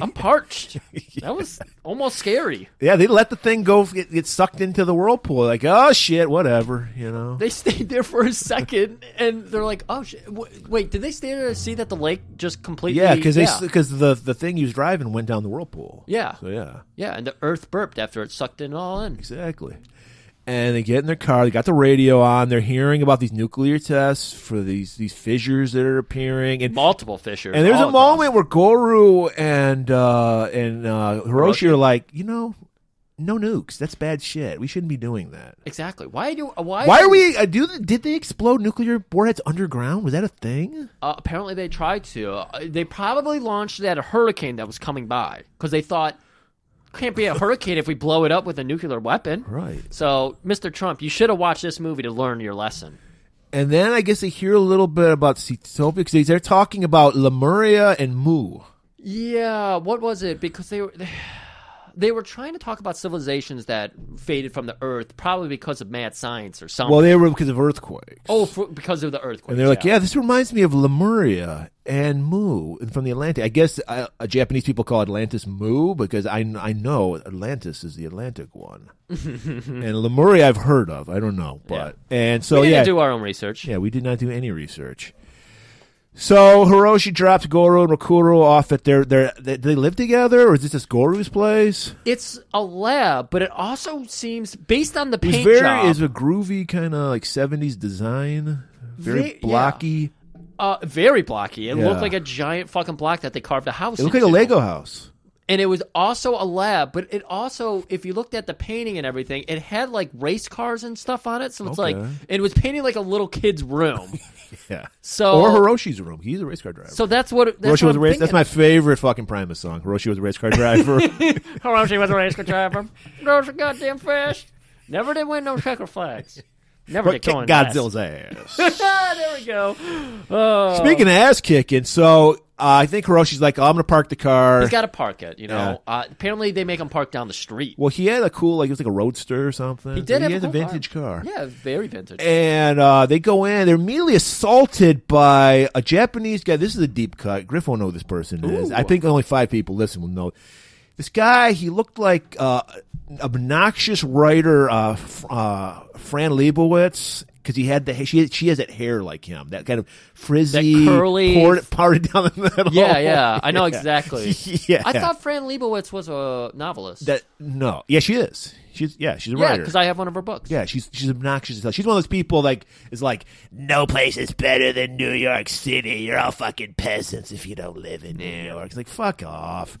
Speaker 2: I'm parched. That was almost scary.
Speaker 3: Yeah, they let the thing go get, get sucked into the whirlpool. Like, oh shit, whatever, you know.
Speaker 2: They stayed there for a second, and they're like, "Oh shit! W- wait, did they stay there to see that the lake just completely?"
Speaker 3: yeah, because
Speaker 2: yeah.
Speaker 3: they because the the thing he was driving went down the whirlpool.
Speaker 2: Yeah.
Speaker 3: So yeah,
Speaker 2: yeah, and the earth burped after it sucked it all in.
Speaker 3: exactly. And they get in their car. They got the radio on. They're hearing about these nuclear tests for these these fissures that are appearing. And
Speaker 2: Multiple fissures.
Speaker 3: and there's
Speaker 2: all
Speaker 3: a
Speaker 2: across.
Speaker 3: moment where Goro and uh, and uh, Hiroshi are like, you know, no nukes. That's bad shit. We shouldn't be doing that.
Speaker 2: Exactly. Why do? Why?
Speaker 3: Why are we? Uh, do did they explode nuclear warheads underground? Was that a thing?
Speaker 2: Uh, apparently, they tried to. Uh, They probably launched it at a hurricane that was coming by because they thought can't be a hurricane if we blow it up with a nuclear weapon.
Speaker 3: Right.
Speaker 2: So, Mr. Trump, you should have watched this movie to learn your lesson.
Speaker 3: And then I guess they hear a little bit about Cetopia because they're talking about Lemuria and Mu.
Speaker 2: Yeah, what was it? Because they were <sighs> they were trying to talk about civilizations that faded from the earth, probably because of mad science or something.
Speaker 3: Well, they were because of earthquakes.
Speaker 2: oh, for, because of the earthquake.
Speaker 3: and they're like, yeah. this reminds me of Lemuria and Mu from the Atlantic. I guess uh, uh, Japanese people call Atlantis Mu because I, I know Atlantis is the Atlantic
Speaker 2: <laughs>
Speaker 3: one. and Lemuria I've heard of. I don't know, but and so
Speaker 2: we didn't
Speaker 3: oh, yeah,
Speaker 2: do our own research.
Speaker 3: Yeah, we did not do any research. So Hiroshi drops Goro and Rokuro off at their their. They, they live together, or is this just Goro's place?
Speaker 2: It's a lab, but it also seems based on the
Speaker 3: It was
Speaker 2: paint
Speaker 3: very
Speaker 2: job,
Speaker 3: is a groovy kind of like seventies design, very
Speaker 2: Ve- yeah.
Speaker 3: blocky.
Speaker 2: uh, very blocky. It
Speaker 3: Yeah.
Speaker 2: looked like a giant fucking block that they carved a house.
Speaker 3: It looked like a
Speaker 2: into.
Speaker 3: Lego house.
Speaker 2: and it was also a lab but it also if you looked at the painting and everything it had like race cars and stuff on it so it's like
Speaker 3: Okay.
Speaker 2: it was painting like a little kid's
Speaker 3: <laughs>
Speaker 2: room
Speaker 3: Yeah.
Speaker 2: So-
Speaker 3: or Hiroshi's room. He's a race car driver.
Speaker 2: so that's what that's
Speaker 3: Hiroshi
Speaker 2: what
Speaker 3: was a
Speaker 2: I'm
Speaker 3: race. That's
Speaker 2: thinking.
Speaker 3: my favorite fucking Primus song. Hiroshi was a race
Speaker 2: <laughs>
Speaker 3: car driver.
Speaker 2: Hiroshi was a race car
Speaker 3: <laughs>
Speaker 2: driver those are goddamn fish never did win no checker flags never did
Speaker 3: Kick
Speaker 2: go in last.
Speaker 3: Godzilla's ass.
Speaker 2: <laughs> Ah, there we go
Speaker 3: Speaking of ass kicking, so uh, I think Hiroshi's like, oh, I'm gonna park the car.
Speaker 2: he's got to park it you know
Speaker 3: Yeah.
Speaker 2: uh, apparently they make him park down the street
Speaker 3: Well, he had a cool, like it was like a roadster or something.
Speaker 2: he did have
Speaker 3: He had
Speaker 2: a
Speaker 3: a
Speaker 2: cool
Speaker 3: vintage car.
Speaker 2: yeah very vintage
Speaker 3: And uh, they go in. They're immediately assaulted by a Japanese guy. This is a deep cut. Griff will know who this person is.
Speaker 2: Ooh.
Speaker 3: I think only five people listen will know. This guy, he looked like uh, an obnoxious writer uh, F- uh, Fran Lebowitz because he had the ha- she had, she has that hair like him, that kind of frizzy,
Speaker 2: curly-
Speaker 3: poured- parted down the <laughs> middle.
Speaker 2: yeah yeah i know
Speaker 3: <laughs>
Speaker 2: exactly
Speaker 3: yeah,
Speaker 2: <laughs> i thought fran lebowitz was a novelist
Speaker 3: that no, yeah, she is. She's yeah, she's a
Speaker 2: Yeah,
Speaker 3: writer.
Speaker 2: because I have one of her books.
Speaker 3: Yeah, she's she's obnoxious as hell. She's one of those people like is like, no place is better than New York City. You're all fucking peasants if you don't live in New York. It's like fuck off.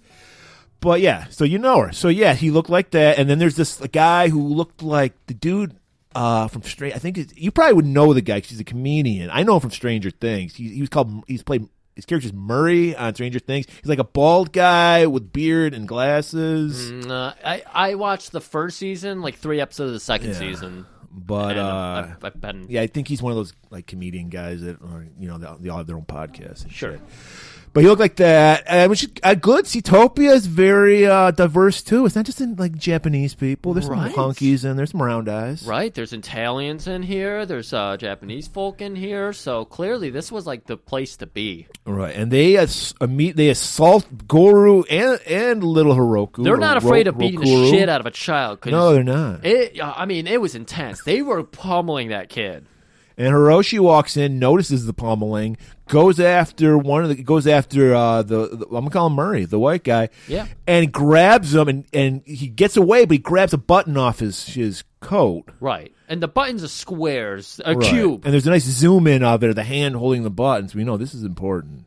Speaker 3: But yeah, so you know her. So yeah, he looked like that, and then there's this guy who looked like the dude uh, from Straight. I think it's, you probably would know the guy. 'cause he's a comedian. I know him from Stranger Things. He, he was called. He's played. His character's Murray on Stranger Things. He's like a bald guy with beard and glasses.
Speaker 2: Mm, uh, I I watched the first season, like three episodes of the second season. And
Speaker 3: But uh,
Speaker 2: I've, I've- I've been
Speaker 3: Yeah, I think he's one of those like comedian guys that are you know they all, they all have their own podcast. and
Speaker 2: Sure.
Speaker 3: shit. but he looked like that, and which is uh, good. Zootopia is very uh, diverse too. It's not just in like Japanese people. There's
Speaker 2: Right.
Speaker 3: some honkies and there's some round eyes.
Speaker 2: right. There's Italians in here. There's uh, Japanese folk in here. So clearly, this was like the place to be.
Speaker 3: right. And they ass- imme- they assault Goro and and little Hiroku.
Speaker 2: They're
Speaker 3: or
Speaker 2: not
Speaker 3: Ro-
Speaker 2: afraid of beating the
Speaker 3: Rokuro.
Speaker 2: shit out of a child. 'cause
Speaker 3: No, they're not.
Speaker 2: It, uh, I mean, it was intense. They were pummeling that kid.
Speaker 3: And Hiroshi walks in, notices the pummeling, goes after one of the goes after uh, the, the I'm gonna call him Murray, the white guy.
Speaker 2: Yeah.
Speaker 3: And grabs him and, and he gets away, but he grabs a button off his his coat.
Speaker 2: Right. And the buttons are squares, a
Speaker 3: Right.
Speaker 2: cube.
Speaker 3: And there's a nice zoom in of it, of the hand holding the button, so we know this is important.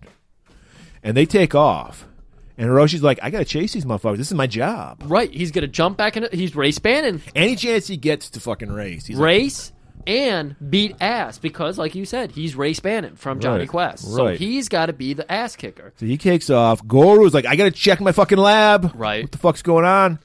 Speaker 3: And they take off. And Hiroshi's like, I gotta chase these motherfuckers. This is my job.
Speaker 2: Right. He's gonna jump back in. He's race banning.
Speaker 3: Any chance he gets to fucking race, he's like,
Speaker 2: race and beat ass because, like you said, he's race Bannon from Johnny
Speaker 3: Right,
Speaker 2: Quest. So
Speaker 3: right.
Speaker 2: he's got to be the ass kicker.
Speaker 3: So he takes off. Goru's like, I gotta check my fucking lab.
Speaker 2: Right.
Speaker 3: What the fuck's going on?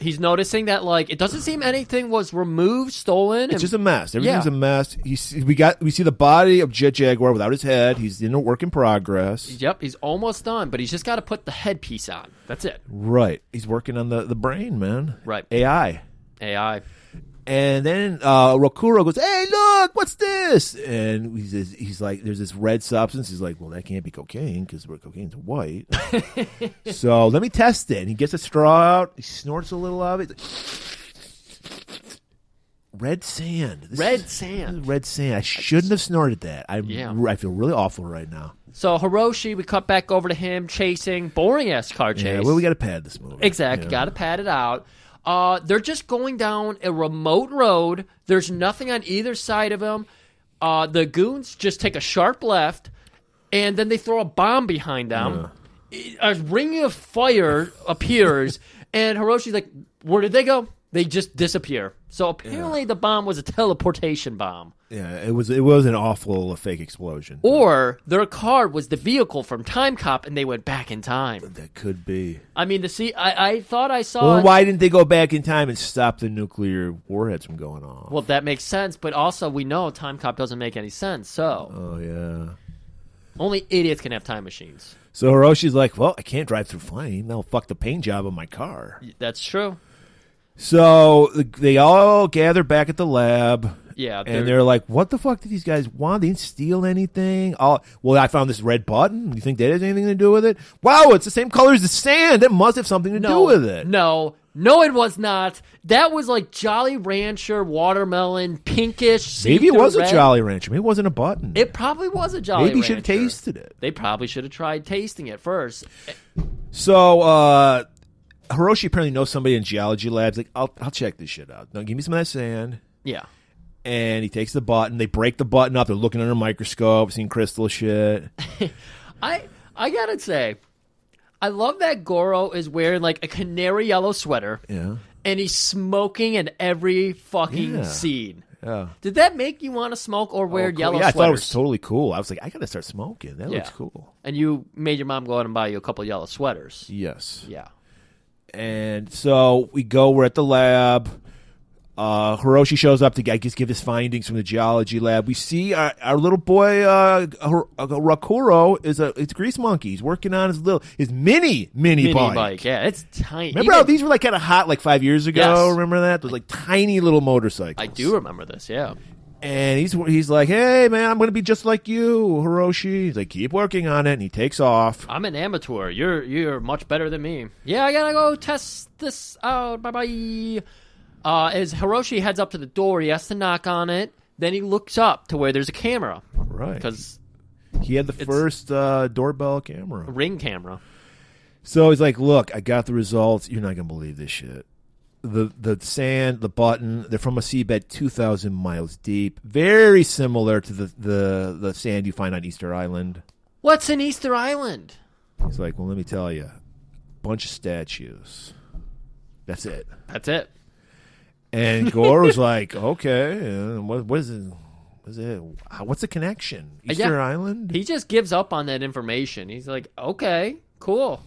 Speaker 2: he's noticing that like it doesn't seem anything was removed, stolen.
Speaker 3: It's
Speaker 2: and-
Speaker 3: just a mess. Everything's
Speaker 2: Yeah.
Speaker 3: a mess. He see- we got we see the body of Jet Jaguar without his head. He's in a work in progress.
Speaker 2: Yep, he's almost done, but he's just got to put the headpiece on. That's it.
Speaker 3: Right. He's working on the, the brain, man.
Speaker 2: Right.
Speaker 3: AI.
Speaker 2: AI.
Speaker 3: And then uh, Rokuro goes, "Hey, look, what's this?" And he says, "He's like, there's this red substance." He's like, "Well, that can't be cocaine because cocaine's white."
Speaker 2: <laughs>
Speaker 3: so let me test it. And he gets a straw out. He snorts a little of it. Red sand. This
Speaker 2: Red
Speaker 3: is-
Speaker 2: sand.
Speaker 3: Red sand. I shouldn't have snorted that. I
Speaker 2: Yeah.
Speaker 3: I feel really awful right now.
Speaker 2: So Hiroshi, we cut back over to him chasing boring ass car chase.
Speaker 3: Yeah, well, we got to pad this movie.
Speaker 2: Exactly.
Speaker 3: Yeah.
Speaker 2: Got to pad it out. Uh, they're just going down a remote road. There's nothing on either side of them. Uh, the goons just take a sharp left, and then they throw a bomb behind them. A ring of
Speaker 3: <laughs>
Speaker 2: fire appears, and Hiroshi's like, "Where did they go?" They just disappear. So apparently, the bomb was a teleportation bomb,
Speaker 3: Yeah, it was it was an awful uh, fake explosion.
Speaker 2: or their car was the vehicle from Time Cop, and they went back in time.
Speaker 3: that could be.
Speaker 2: I mean, to see, I, I thought I saw.
Speaker 3: Well,
Speaker 2: it-
Speaker 3: why didn't they go back in time and stop the nuclear warheads from going off?
Speaker 2: Well, that makes sense, but also we know Time Cop doesn't make any sense. So
Speaker 3: oh yeah.
Speaker 2: only idiots can have time machines.
Speaker 3: So Hiroshi's like, well, I can't drive through flame. That'll fuck the paint job on my car.
Speaker 2: That's true.
Speaker 3: So th- they all gather back at the lab.
Speaker 2: Yeah,
Speaker 3: and
Speaker 2: they're-
Speaker 3: they're like, "What the fuck did these guys want? They didn't steal anything." All well, I found this red button. You think that has anything to do with it? Wow, it's the same color as the sand. That must have something to
Speaker 2: No,
Speaker 3: do with it.
Speaker 2: No, no, it was not. That was like Jolly Rancher watermelon, pinkish.
Speaker 3: Maybe it was a
Speaker 2: see-through red.
Speaker 3: Jolly Rancher. Maybe it wasn't a button.
Speaker 2: It probably was a Jolly.
Speaker 3: Maybe you should have
Speaker 2: Rancher.
Speaker 3: tasted it.
Speaker 2: They probably should have tried tasting it first.
Speaker 3: So uh Hiroshi apparently knows somebody in geology labs. Like, I'll I'll check this shit out. Now give me some of that sand.
Speaker 2: Yeah,
Speaker 3: And he takes the button. They break the button up. They're looking under a microscope, seeing crystal shit.
Speaker 2: <laughs> I I gotta say, I love that Goro is wearing like a canary yellow sweater.
Speaker 3: Yeah.
Speaker 2: and he's smoking in every fucking
Speaker 3: Yeah.
Speaker 2: scene.
Speaker 3: Yeah.
Speaker 2: Did that make you want to smoke or wear
Speaker 3: Oh, cool.
Speaker 2: yellow
Speaker 3: yeah, I thought it
Speaker 2: sweaters?
Speaker 3: was totally cool. I was like, I gotta start smoking. That
Speaker 2: Yeah.
Speaker 3: looks cool.
Speaker 2: and you made your mom go out and buy you a couple yellow sweaters.
Speaker 3: Yes.
Speaker 2: Yeah.
Speaker 3: And so we go. We're at the lab. Uh, Hiroshi shows up to I guess give his findings from the geology lab. We see our, our little boy uh, Hir- uh, Rakuro is a it's a grease monkey. He's working on his little his mini mini,
Speaker 2: Mini
Speaker 3: bike.
Speaker 2: bike. Yeah, it's tiny.
Speaker 3: Remember how these were like kind of hot like five years ago?
Speaker 2: Yes.
Speaker 3: Remember that? Those like tiny little motorcycles.
Speaker 2: I do remember this. Yeah.
Speaker 3: And he's he's like, hey man, I'm gonna be just like you, Hiroshi. He's like, keep working on it, and he takes off.
Speaker 2: I'm an amateur. You're you're much better than me. Yeah, I gotta go test this out. Bye bye. Uh, as Hiroshi heads up to the door, he has to knock on it. Then he looks up to where there's a camera
Speaker 3: Right.
Speaker 2: because
Speaker 3: He had the first uh, doorbell camera.
Speaker 2: ring camera.
Speaker 3: So he's like, "Look, I got the results. You're not gonna believe this shit. The the sand, the button. They're from a seabed 2,000 miles deep. Very similar to the the the sand you find on Easter Island."
Speaker 2: What's in Easter Island?
Speaker 3: He's like, "Well, let me tell you, bunch of statues. That's it."
Speaker 2: That's it. <laughs>
Speaker 3: And Gore was like, "Okay, uh, what what is it? What's it? What's the connection?
Speaker 2: Uh,
Speaker 3: Easter
Speaker 2: yeah.
Speaker 3: Island?
Speaker 2: He just gives up on that information. He's like, okay, cool.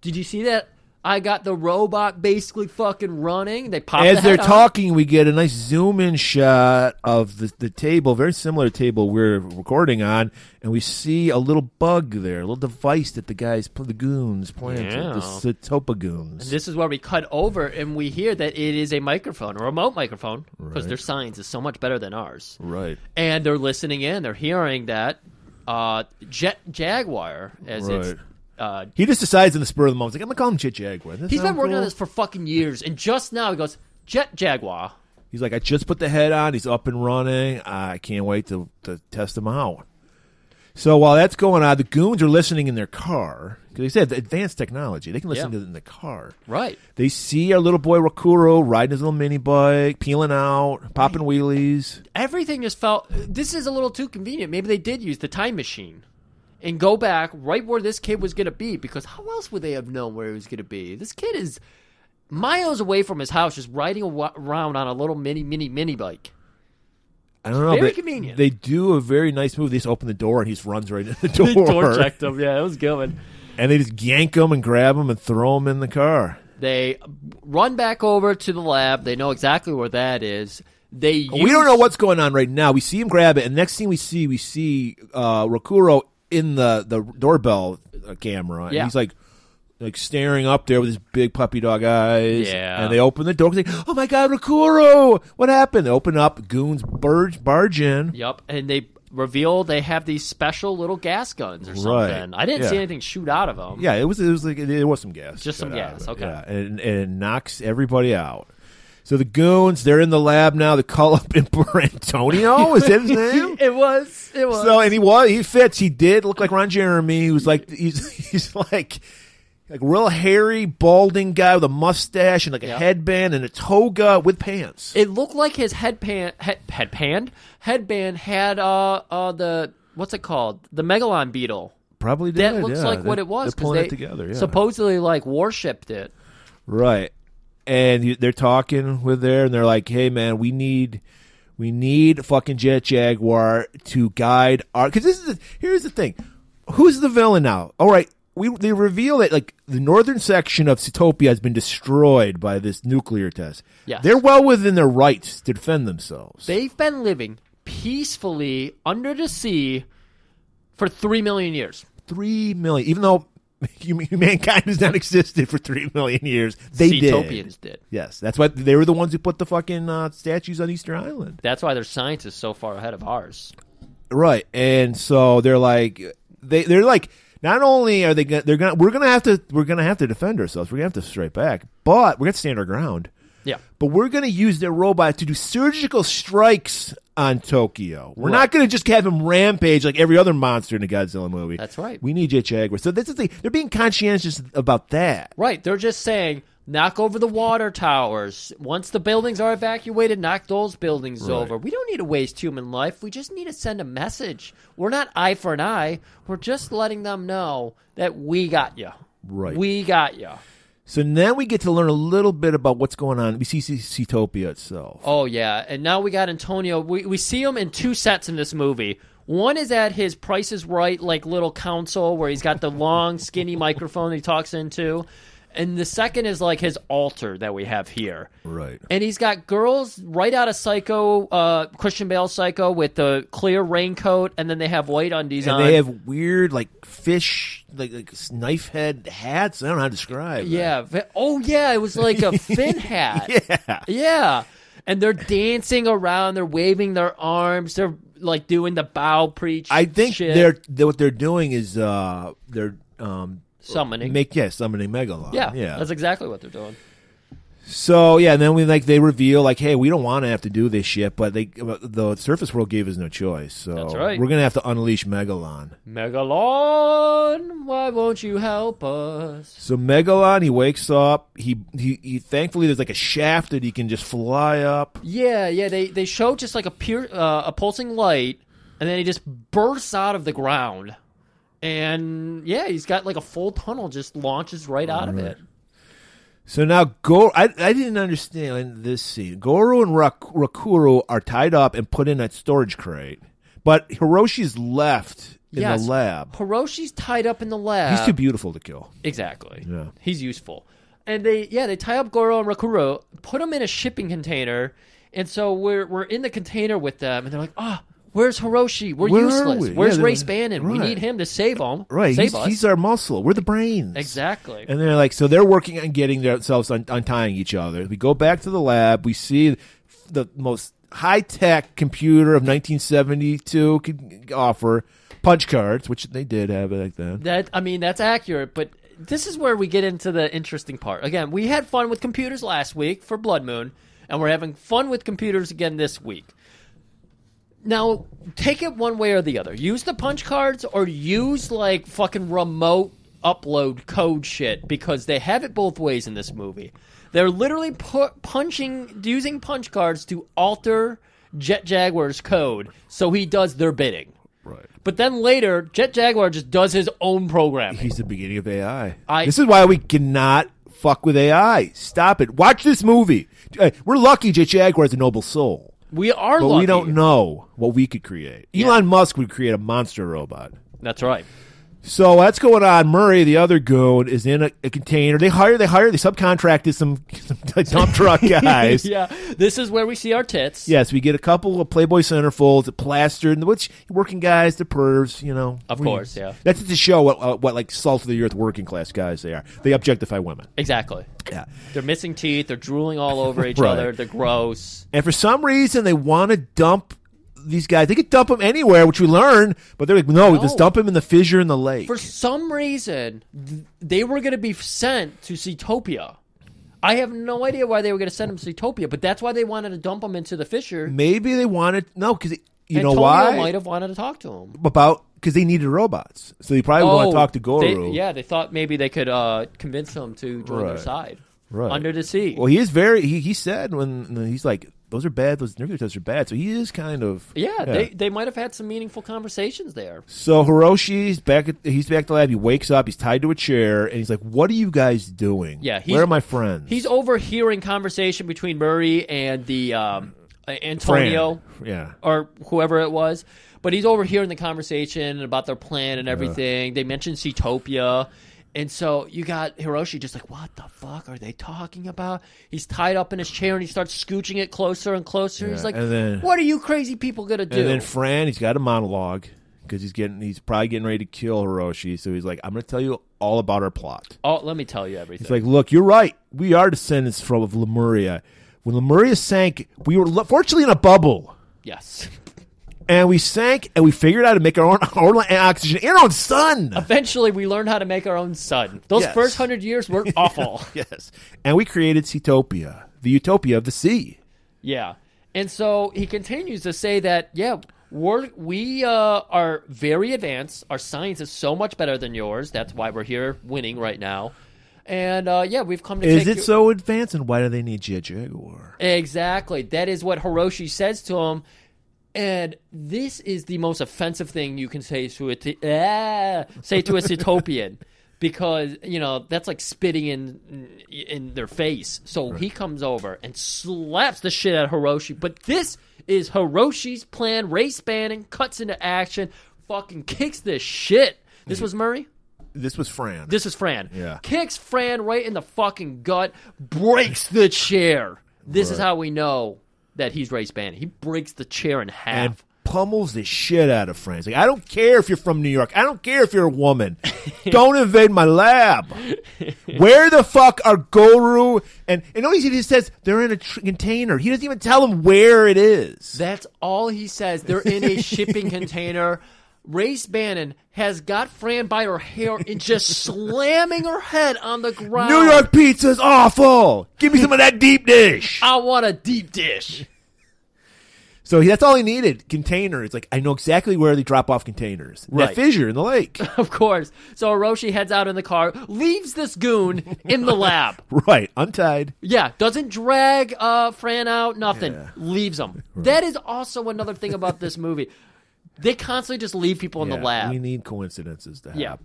Speaker 2: Did you see that? I got the robot basically fucking running. They pop the
Speaker 3: As they're
Speaker 2: head on.
Speaker 3: talking, we get a nice zoom in shot of the, the table, very similar table we're recording on, and we see a little bug there, a little device that the guys, pl- the goons, planted,
Speaker 2: Yeah.
Speaker 3: the Satopa goons.
Speaker 2: This is where we cut over and we hear that it is a microphone, a remote microphone, because
Speaker 3: Right.
Speaker 2: their science is so much better than ours.
Speaker 3: right.
Speaker 2: And they're listening in. They're hearing that uh, Jet Jaguar, as
Speaker 3: Right.
Speaker 2: it's. Uh,
Speaker 3: He just decides in the spur of the moment, he's like, I'm going to call him Chit Jaguar. Doesn't that
Speaker 2: he's been
Speaker 3: sound
Speaker 2: working on
Speaker 3: cool?
Speaker 2: this for fucking years, and just now he goes Jet Jaguar.
Speaker 3: He's like, I just put the head on. He's up and running. I can't wait to, to test him out. So while that's going on, the goons are listening in their car. Because they said the advanced technology, they can listen
Speaker 2: Yeah.
Speaker 3: to it in the car.
Speaker 2: Right.
Speaker 3: They see our little boy Rakuro riding his little mini bike, peeling out, popping wheelies.
Speaker 2: everything just felt this is a little too convenient maybe they did use the time machine and go back right where this kid was going to be because how else would they have known where he was going to be this kid is miles away from his house just riding awa- around on a little mini mini mini <laughs> bike
Speaker 3: I don't know.
Speaker 2: Very
Speaker 3: but
Speaker 2: convenient.
Speaker 3: They do a very nice move. They just open the door and he just runs
Speaker 2: <laughs>
Speaker 3: right into the door.
Speaker 2: him yeah it was going
Speaker 3: and they just yank him and grab him and throw him in the car.
Speaker 2: They run back over to the lab. They know exactly where that is. They
Speaker 3: we
Speaker 2: use-
Speaker 3: don't know what's going on right now. We see him grab it, and next thing we see, we see uh, Rokuro in the the doorbell uh, camera, and
Speaker 2: Yeah.
Speaker 3: he's like. Like staring up there with his big puppy dog eyes,
Speaker 2: Yeah.
Speaker 3: And they open the door. 'cause They, oh my God, Rokuro! What happened? They open up. Goons barge barge in.
Speaker 2: Yep, and they reveal they have these special little gas guns or something. I didn't see
Speaker 3: yeah.
Speaker 2: anything shoot out of them. <laughs>
Speaker 3: Yeah, it was it was like there was some gas.
Speaker 2: Just some
Speaker 3: shot out of
Speaker 2: gas,
Speaker 3: it,
Speaker 2: okay.
Speaker 3: yeah, and, and it knocks everybody out. So the goons, they're in the lab now. They call up <laughs> Emperor Antonio. Is
Speaker 2: <laughs>
Speaker 3: that his name?
Speaker 2: It was. It was.
Speaker 3: So and he was he fits. He did look like Ron Jeremy. He was like he's <laughs> he's like like real hairy, balding guy with a mustache and like a
Speaker 2: Yeah.
Speaker 3: headband and a toga with pants.
Speaker 2: it looked like his headpan, head, headband, headband had uh uh the what's it called the megalon beetle.
Speaker 3: Probably did.
Speaker 2: That looks
Speaker 3: yeah.
Speaker 2: like what
Speaker 3: They're-
Speaker 2: it was
Speaker 3: They're
Speaker 2: 'cause
Speaker 3: pulling
Speaker 2: they
Speaker 3: it together. Yeah.
Speaker 2: supposedly like worshipped it.
Speaker 3: Right. And you- they're talking with there, and they're like, "Hey, man, we need, we need fucking Jet Jaguar to guide our." Because this is the, here's the thing: who's the villain now? All right, we they reveal that like the northern section of Cetopia has been destroyed by this nuclear test.
Speaker 2: Yes.
Speaker 3: they're well within their rights to defend themselves.
Speaker 2: They've been living peacefully under the sea for three million years.
Speaker 3: three million, even though <laughs> hum- mankind has not <laughs> existed for three million years, they did.
Speaker 2: Cetopians did.
Speaker 3: Yes, that's why they were the ones who put the fucking uh, statues on Easter Island.
Speaker 2: That's why their science is so far ahead of ours.
Speaker 3: Right, and so they're like, they they're like, not only are they gonna, they're gonna, we're gonna have to, we're gonna have to defend ourselves. We're gonna have to strike back, but we're gonna stand our ground.
Speaker 2: Yeah.
Speaker 3: But we're gonna use their robot to do surgical strikes on Tokyo. We're not gonna just have him rampage like every other monster in a Godzilla movie.
Speaker 2: That's right.
Speaker 3: We need Jet Jaguar. So that's the thing. They're being conscientious about that.
Speaker 2: Right. They're just saying knock over the water towers. Once the buildings are evacuated, knock those buildings over. We don't need to waste human life. We just need to send a message. We're not eye for an eye. We're just letting them know that we got you.
Speaker 3: Right.
Speaker 2: We got you.
Speaker 3: So now we get to learn a little bit about what's going on. We see C- Cetopia itself.
Speaker 2: Oh yeah. And now we got Antonio. We we see him in two sets in this movie. One is at his Price is Right like little council where he's got the long skinny microphone that he talks into. And the second is like his altar that we have here.
Speaker 3: Right.
Speaker 2: And he's got girls right out of Psycho, uh, Christian Bale Psycho, with the clear raincoat, and then they have white undies
Speaker 3: And
Speaker 2: on.
Speaker 3: they have weird, like fish, like like knife head hats. I don't know how to describe. it.
Speaker 2: yeah. ve- Oh yeah, it was like
Speaker 3: <laughs>
Speaker 2: a fin hat.
Speaker 3: yeah,
Speaker 2: Yeah. And they're dancing around. They're waving their arms. They're like doing the bow preach.
Speaker 3: I think
Speaker 2: shit,
Speaker 3: they're, they what they're doing is uh they're um
Speaker 2: summoning.
Speaker 3: make yeah summoning Megalon.
Speaker 2: yeah,
Speaker 3: yeah.
Speaker 2: that's exactly what they're doing.
Speaker 3: so yeah, and then we like they reveal like, hey, we don't want to have to do this shit, but they uh, the surface world gave us no choice. So
Speaker 2: That's right.
Speaker 3: we're gonna have to unleash Megalon.
Speaker 2: Megalon, why won't you help us?
Speaker 3: So Megalon, he wakes up. He, he he thankfully there's like a shaft that he can just fly up.
Speaker 2: Yeah, yeah. They they show just like a pier, uh, a pulsing light, and then he just bursts out of the ground, and yeah, he's got like a full tunnel just launches right out of it.
Speaker 3: So now Goro, I, I didn't understand this scene. Goro and Rak- Rakuro are tied up and put in that storage crate, but Hiroshi's left in
Speaker 2: yes,
Speaker 3: the lab.
Speaker 2: Hiroshi's tied up in the lab.
Speaker 3: He's too beautiful to kill.
Speaker 2: Exactly.
Speaker 3: Yeah.
Speaker 2: He's useful. And they yeah, they tie up Goro and Rakuro, put them in a shipping container, and so we're we're in the container with them and they're like, "Ah, where's Hiroshi? We're
Speaker 3: Where are
Speaker 2: useless.
Speaker 3: we?"
Speaker 2: Where's
Speaker 3: Yeah,
Speaker 2: Race
Speaker 3: they're-
Speaker 2: Bannon? We
Speaker 3: right.
Speaker 2: need him to save him.
Speaker 3: Right,
Speaker 2: Save
Speaker 3: he's,
Speaker 2: us."
Speaker 3: he's our muscle. We're the brains.
Speaker 2: exactly.
Speaker 3: And they're like, so they're working on getting themselves un- untying each other. We go back to the lab. We see the most high tech computer of 1972 could offer punch cards, which they did have back then.
Speaker 2: That I mean, that's accurate, but this is where we get into the interesting part. Again, we had fun with computers last week for Blood Moon, and we're having fun with computers again this week. Now, take it one way or the other. Use the punch cards or use like fucking remote upload code shit because they have it both ways in this movie. They're literally pu- punching using punch cards to alter Jet Jaguar's code so he does their bidding.
Speaker 3: Right.
Speaker 2: But then later, Jet Jaguar just does his own programming.
Speaker 3: He's the beginning of AI.
Speaker 2: I-
Speaker 3: this is why we cannot fuck with AI. Stop it. Watch this movie. Uh, We're lucky J. Jaguar has a noble soul,
Speaker 2: We are
Speaker 3: but
Speaker 2: lucky.
Speaker 3: we don't know what we could create. Elon Musk would create a monster robot.
Speaker 2: That's right.
Speaker 3: So that's going on. Murray, the other goon, is in a, a container. They hire, they hire, they subcontracted some, some <laughs>
Speaker 2: <laughs>
Speaker 3: dump truck guys.
Speaker 2: yeah, this is where we see our tits.
Speaker 3: Yes, we get a couple of Playboy centerfolds plastered, which working guys, the pervs, you know.
Speaker 2: Of course, yeah.
Speaker 3: That's to show what, uh, what like salt of the earth working class guys they are. They objectify women.
Speaker 2: exactly.
Speaker 3: Yeah.
Speaker 2: They're missing teeth. They're drooling all over each
Speaker 3: Right.
Speaker 2: other. They're gross.
Speaker 3: And for some reason, they want to dump these guys. They could dump them anywhere, which we learn, but they're like, no, just dump them in the fissure in the lake.
Speaker 2: For some reason, th- they were going to be sent to Zootopia. I have no idea why they were going to send them to Zootopia, but that's why they wanted to dump them into the fissure.
Speaker 3: Maybe they wanted, no, because you
Speaker 2: Antonio
Speaker 3: know why?
Speaker 2: might have wanted to talk to him.
Speaker 3: About, because they needed robots. So they probably want to talk to Goro.
Speaker 2: Oh, They, yeah, they thought maybe they could uh, convince him to join their
Speaker 3: Right.
Speaker 2: side
Speaker 3: Right.
Speaker 2: under the sea.
Speaker 3: Well, he is very, he, he said when when he's like, those are bad, those nuclear tests are bad. So he is kind of.
Speaker 2: yeah, They, they might have had some meaningful conversations there.
Speaker 3: So Hiroshi's back at he's back at the lab. He wakes up. He's tied to a chair, and he's like, "What are you guys doing?
Speaker 2: Yeah, he's-
Speaker 3: where are my friends?
Speaker 2: He's overhearing conversation between Murray and the um, uh, Antonio.
Speaker 3: Fran. Yeah,
Speaker 2: or whoever it was. But he's overhearing the conversation about their plan and everything. They mentioned Zootopia. And so you got Hiroshi just like, what the fuck are they talking about? He's tied up in his chair and he starts scooching it closer and closer.
Speaker 3: Yeah,
Speaker 2: He's like,
Speaker 3: and then-
Speaker 2: what are you crazy people going to do?
Speaker 3: And then Fran, he's got a monologue because he's getting he's probably getting ready to kill Hiroshi. So he's like, "I'm going to tell you all about our plot."
Speaker 2: oh, let me tell you everything.
Speaker 3: He's like, "Look, you're right. We are descendants from of Lemuria. When Lemuria sank, we were lu- fortunately in a bubble."
Speaker 2: yes.
Speaker 3: And we sank, and we figured out how to make our own, <laughs> our own oxygen and our own sun. <laughs>
Speaker 2: Eventually, we learned how to make our own sun. Those
Speaker 3: Yes.
Speaker 2: first hundred years
Speaker 3: <laughs>
Speaker 2: were awful.
Speaker 3: yes, and we created Zootopia, the utopia of the sea.
Speaker 2: Yeah. And so he continues to say that, yeah, we're, we uh, are very advanced. Our science is so much better than yours. That's why we're here winning right now. And uh, yeah, we've come to
Speaker 3: Is
Speaker 2: take
Speaker 3: it
Speaker 2: you-
Speaker 3: so advanced, and why do they need Jet Jaguar?
Speaker 2: Exactly. That is what Hiroshi says to him. And this is the most offensive thing you can say to a t- ah, say to a Cetopian because you know that's like spitting in in their face. So he comes over and slaps the shit out of Hiroshi. But this is Hiroshi's plan, race banning, cuts into action, fucking kicks this shit. This was Murray.
Speaker 3: This was Fran.
Speaker 2: This is Fran.
Speaker 3: Yeah.
Speaker 2: Kicks Fran right in the fucking gut, breaks the chair. This is how we know that he's race banning. He breaks the chair in half.
Speaker 3: and pummels the shit out of Fran. He's like, I don't care if you're from New York. I don't care if you're a woman.
Speaker 2: <laughs>
Speaker 3: don't invade my lab. Where the fuck are Guru and and notice he just says they're in a tr- container. He doesn't even tell him where it is.
Speaker 2: That's all he says. They're in a
Speaker 3: <laughs>
Speaker 2: shipping container. Race Bannon has got Fran by her hair and
Speaker 3: <laughs>
Speaker 2: just slamming her head on the ground.
Speaker 3: New York pizza's awful. Give me some of that deep dish.
Speaker 2: <laughs> I want a deep dish. <laughs>
Speaker 3: So he- that's all he needed. Container. It's like I know exactly where they drop off containers. That
Speaker 2: Right.
Speaker 3: fissure in
Speaker 2: <laughs>
Speaker 3: the lake.
Speaker 2: Of course. So Hiroshi heads out in the car, leaves this goon in the lab.
Speaker 3: right. Untied.
Speaker 2: Yeah, doesn't drag uh, Fran out, nothing. Leaves
Speaker 3: <laughs>
Speaker 2: him. That is also another thing about this movie. They constantly just leave people in
Speaker 3: Yeah,
Speaker 2: the lab.
Speaker 3: We need coincidences to happen.
Speaker 2: Yeah.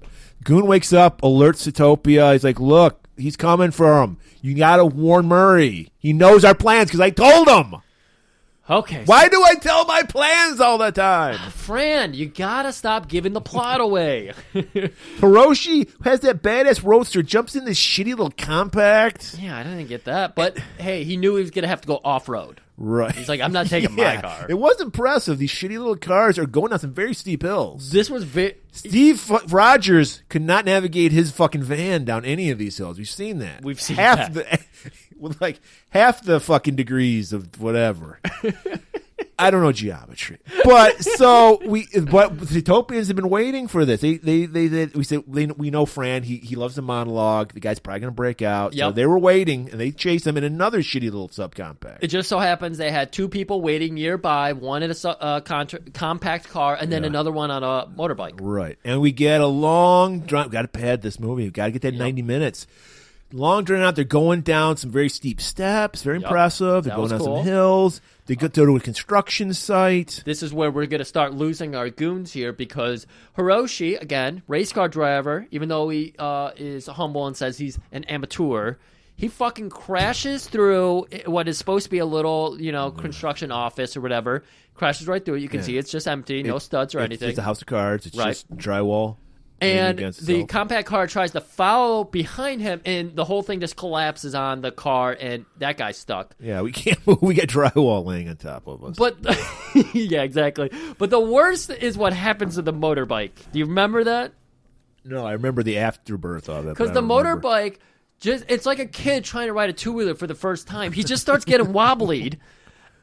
Speaker 3: Goon wakes up, alerts Zootopia. He's like, look, he's coming for him. You got to warn Murray. He knows our plans because I told him.
Speaker 2: okay.
Speaker 3: Why do I tell my plans all
Speaker 2: <sighs>
Speaker 3: the time?
Speaker 2: Fran, you gotta stop giving the plot away. <laughs>
Speaker 3: Hiroshi has that badass roadster, jumps in this shitty little compact.
Speaker 2: yeah, I didn't get that. But <laughs> hey, he knew he was gonna have to go off road.
Speaker 3: Right. He's
Speaker 2: It's like, I'm not
Speaker 3: <laughs>
Speaker 2: taking my car.
Speaker 3: It was impressive. These shitty little cars are going on some very steep hills.
Speaker 2: This was very.
Speaker 3: Steve F- Rogers could not navigate his fucking van down any of these hills. We've seen that.
Speaker 2: We've seen that.
Speaker 3: half the <laughs> with like half the fucking degrees of whatever. I don't know geometry, but so we but the Utopians have been waiting for this. They they they, they we said they, we know Fran. He he loves the monologue. The guy's probably gonna break out. So
Speaker 2: Yep.
Speaker 3: they were waiting and they chased him in another shitty little subcompact.
Speaker 2: It just so happens they had two people waiting nearby, one in a su- uh, contra- compact car, and then another one on a motorbike.
Speaker 3: Right. And we get a long drawn. We've got to pad this movie. We've got to get that 90 minutes. Long drawn out. They're going down some very steep steps. Very impressive. They're
Speaker 2: That
Speaker 3: going
Speaker 2: was
Speaker 3: down
Speaker 2: cool.
Speaker 3: some hills. They go to a construction site.
Speaker 2: this is where we're going to start losing our goons here because Hiroshi, again, race car driver, even though he uh, is humble and says he's an amateur, he fucking crashes through what is supposed to be a little, you know, construction office or whatever. Crashes right through it. You can see it's just empty, no studs or
Speaker 3: It's-
Speaker 2: anything.
Speaker 3: It's a house of cards. It's
Speaker 2: Right.
Speaker 3: just drywall.
Speaker 2: and
Speaker 3: against
Speaker 2: the
Speaker 3: itself.
Speaker 2: compact car tries to follow behind him, and the whole thing just collapses on the car, and that guy's stuck.
Speaker 3: Yeah, we <laughs> can't move. We got drywall laying on top of us.
Speaker 2: But <laughs> yeah, exactly. But the worst is what happens to the motorbike. Do you remember that?
Speaker 3: no, I remember the afterbirth of it. but
Speaker 2: Because
Speaker 3: I
Speaker 2: the
Speaker 3: don't remember.
Speaker 2: motorbike just it's like a kid trying to ride a two wheeler for the first time. He just starts getting
Speaker 3: <laughs>
Speaker 2: wobblied.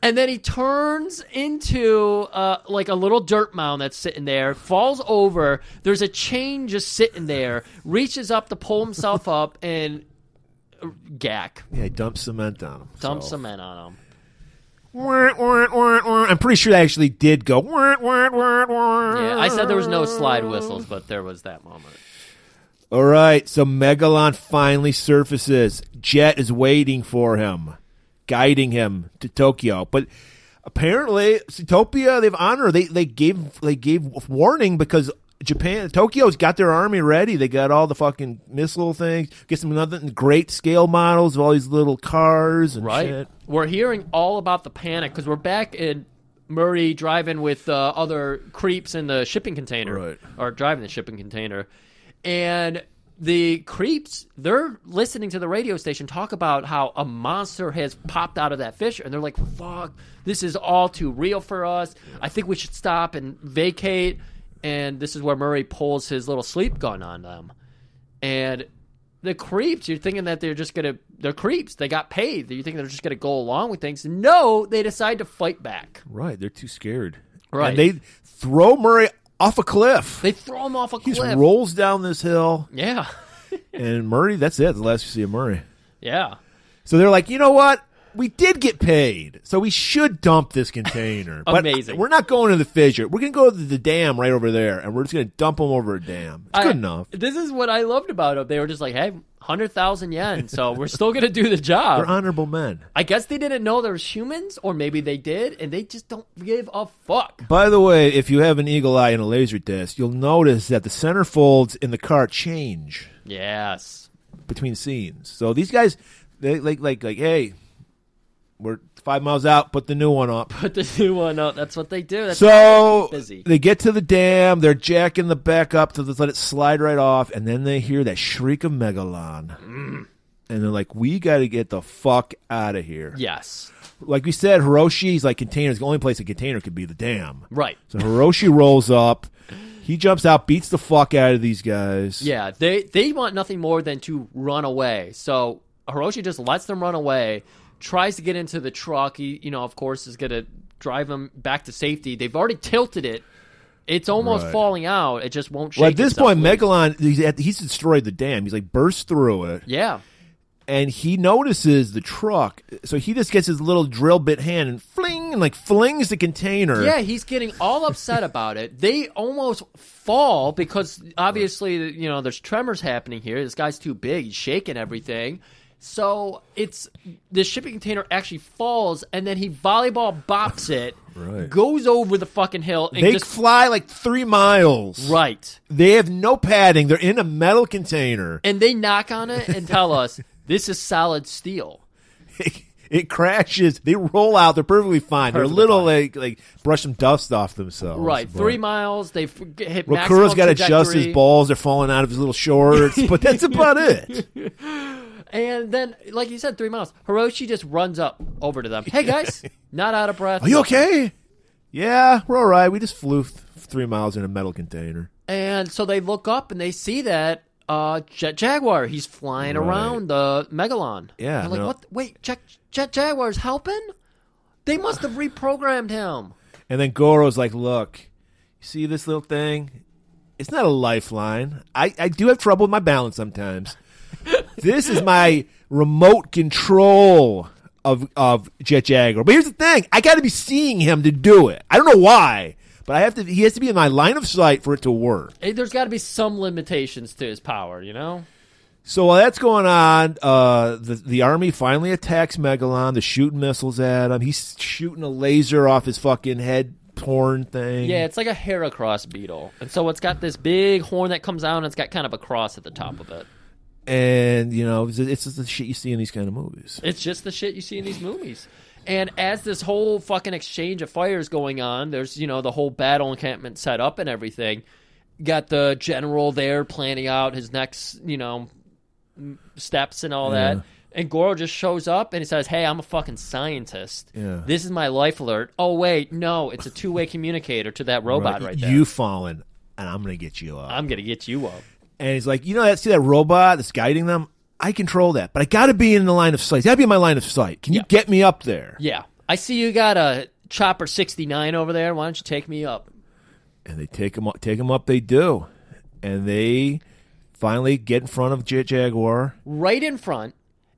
Speaker 2: And then he turns into uh, like a little dirt mound that's sitting there, falls over. There's a chain just sitting there, reaches up to pull himself up, and uh, gack,
Speaker 3: Yeah, dump cement on him.
Speaker 2: dump cement on him.
Speaker 3: I'm pretty sure they actually did go.
Speaker 2: Yeah, I said there was no slide whistles, but there was that moment.
Speaker 3: All right, so Megalon finally surfaces. Jet is waiting for him, guiding him to Tokyo. But apparently, Zootopia they've honored. They they gave they gave warning because Japan Tokyo's got their army ready. They got all the fucking missile things. Get some another great scale models of all these little cars and
Speaker 2: Right.
Speaker 3: shit.
Speaker 2: We're hearing all about the panic because we're back in Murray driving with uh, other creeps in the shipping container,
Speaker 3: Right.
Speaker 2: or driving the shipping container, and the creeps they're listening to the radio station talk about how a monster has popped out of that fish, and they're like, "Fuck, this is all too real for us. I think we should stop and vacate." And this is where Murray pulls his little sleep gun on them and the creeps you're thinking that they're just gonna they're creeps they got paid you think they're just gonna go along with things no they decide to fight back
Speaker 3: Right, they're too scared.
Speaker 2: Right.
Speaker 3: and they throw Murray off a cliff.
Speaker 2: they throw him off a
Speaker 3: he just
Speaker 2: cliff
Speaker 3: rolls down this hill,
Speaker 2: yeah <laughs>
Speaker 3: and Murray. That's it. The last you see of Murray.
Speaker 2: yeah
Speaker 3: So they're like, you know what? We did get paid, so we should dump
Speaker 2: <laughs>
Speaker 3: this container. But
Speaker 2: Amazing.
Speaker 3: we're not going to the fissure. We're going to go to the dam right over there, and we're just going to dump them over a dam. It's
Speaker 2: I-
Speaker 3: good enough.
Speaker 2: this is what i loved about them they were just like hey 100000 yen so we're still gonna do the job
Speaker 3: <laughs> They're honorable men.
Speaker 2: i guess they didn't know there was humans or maybe they did and they just don't give a fuck
Speaker 3: By the way, if you have an eagle eye and a laser disc, you'll notice that the centerfolds in the car change
Speaker 2: yes
Speaker 3: between scenes. So these guys, they like like like, hey, we're five miles out. Put the new one up.
Speaker 2: put the new one up that's what they do that's
Speaker 3: So
Speaker 2: busy.
Speaker 3: they get to the dam. They're jacking the back up to let it slide right off, and then they hear that shriek of Megalon,
Speaker 2: Mm.
Speaker 3: and they're like, "We got to get the fuck out of here!"
Speaker 2: yes
Speaker 3: Like we said, Hiroshi's like containers. The only place a container could be the dam.
Speaker 2: right
Speaker 3: So Hiroshi rolls up. He jumps out, beats the fuck out of these guys.
Speaker 2: Yeah, they they want nothing more than to run away. So Hiroshi just lets them run away, tries to get into the truck. He, you know, of course, is gonna drive them back to safety. They've already tilted it. It's almost
Speaker 3: Right.
Speaker 2: falling out. It just won't shake.
Speaker 3: Well, at this
Speaker 2: itself
Speaker 3: point,
Speaker 2: loose.
Speaker 3: Megalon he's, at, he's destroyed the dam. He's like burst through it.
Speaker 2: Yeah,
Speaker 3: and he notices the truck, so he just gets his little drill bit hand and fling and like flings the container.
Speaker 2: yeah, he's getting all upset about it. They almost fall because obviously, you know, there's tremors happening here. This guy's too big. He's shaking everything. So it's the shipping container actually falls, and then he volleyball bops
Speaker 3: <laughs>
Speaker 2: it,
Speaker 3: Right.
Speaker 2: goes over the fucking hill, and
Speaker 3: they
Speaker 2: just
Speaker 3: fly like three miles.
Speaker 2: right.
Speaker 3: They have no padding. They're in a metal container.
Speaker 2: And they knock on it and tell
Speaker 3: <laughs>
Speaker 2: us this is solid steel.
Speaker 3: It, crashes. They roll out. They're perfectly fine.
Speaker 2: Perfectly
Speaker 3: they're little
Speaker 2: fine.
Speaker 3: like like brush some dust off themselves.
Speaker 2: Right,
Speaker 3: But-
Speaker 2: three miles. They've hit.
Speaker 3: Rokura's
Speaker 2: maximum
Speaker 3: got to adjust his
Speaker 2: trajectory.
Speaker 3: balls. They're falling out of his little shorts,
Speaker 2: <laughs>
Speaker 3: but that's about it.
Speaker 2: And then, like you said, three miles. Hiroshi just runs up over to them. Hey guys, not out of breath.
Speaker 3: Are you okay? Yeah, we're all right. We just flew th- three miles in a metal container.
Speaker 2: And so they look up and they see that uh, Jet Jaguar. He's flying around the Megalon.
Speaker 3: Yeah,
Speaker 2: They're like,
Speaker 3: no.
Speaker 2: what? Wait, Jet, Jet Jaguar's helping? They must have reprogrammed him.
Speaker 3: And then Goro's like, look, you see this little thing? It's not a lifeline. I, I do have trouble with my
Speaker 2: <laughs>
Speaker 3: balance sometimes. this is my remote control of of Jet Jaguar. But here's the thing. I gotta be seeing him to do it. I don't know why. But I have to he has to be in my line of sight for it to work.
Speaker 2: Hey, There's got to be some limitations to his power, you know?
Speaker 3: Mm-hmm. So while that's going on, uh, the the army finally attacks Megalon. They're shooting missiles at him. He's shooting a laser off his fucking head torn thing.
Speaker 2: Yeah, it's like a Heracross beetle. And so it's got this big horn that comes out and it's got kind of a cross at the top of it.
Speaker 3: and you know it's, it's just the shit you see in these kind of movies.
Speaker 2: It's just the shit you see in these movies. And as this whole fucking exchange of fire is going on, there's, you know, the whole battle encampment set up and everything. got the general there planning out his next, you know, m- steps and all that. And Goro just shows up and he says, "Hey, I'm a fucking scientist.
Speaker 3: Yeah.
Speaker 2: This is my life alert." Oh wait, no, it's a two way communicator to
Speaker 3: <laughs>
Speaker 2: that robot right, there.
Speaker 3: You fallen, and I'm gonna get you up.
Speaker 2: I'm gonna get you up.
Speaker 3: and he's like, you know that see that robot that's guiding them? I control that, but I gotta be in the line of sight. It's gotta be in my line of sight. Can you
Speaker 2: Yeah.
Speaker 3: get me up there?
Speaker 2: Yeah, I see you got a chopper 69 over there. Why don't you take me up?
Speaker 3: and they take them up, take 'em up. They do, and they finally get in front of Jet Jaguar.
Speaker 2: right in front,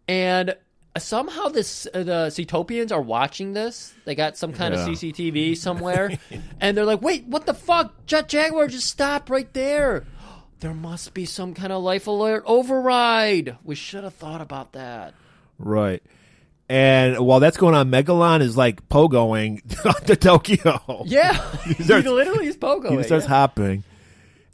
Speaker 2: and somehow this uh, the Cetopians are watching this. They got some kind
Speaker 3: Yeah.
Speaker 2: of CCTV
Speaker 3: <laughs>
Speaker 2: somewhere, and they're like, "Wait, what the fuck? Jet Jaguar just stopped right there. There must be some kind of life alert override. We should have thought about that."
Speaker 3: Right. And while that's going on, Megalon is like pogoing <laughs> to Tokyo.
Speaker 2: <laughs> Yeah, he
Speaker 3: starts-
Speaker 2: literally is pogoing.
Speaker 3: He starts
Speaker 2: yeah.
Speaker 3: hopping.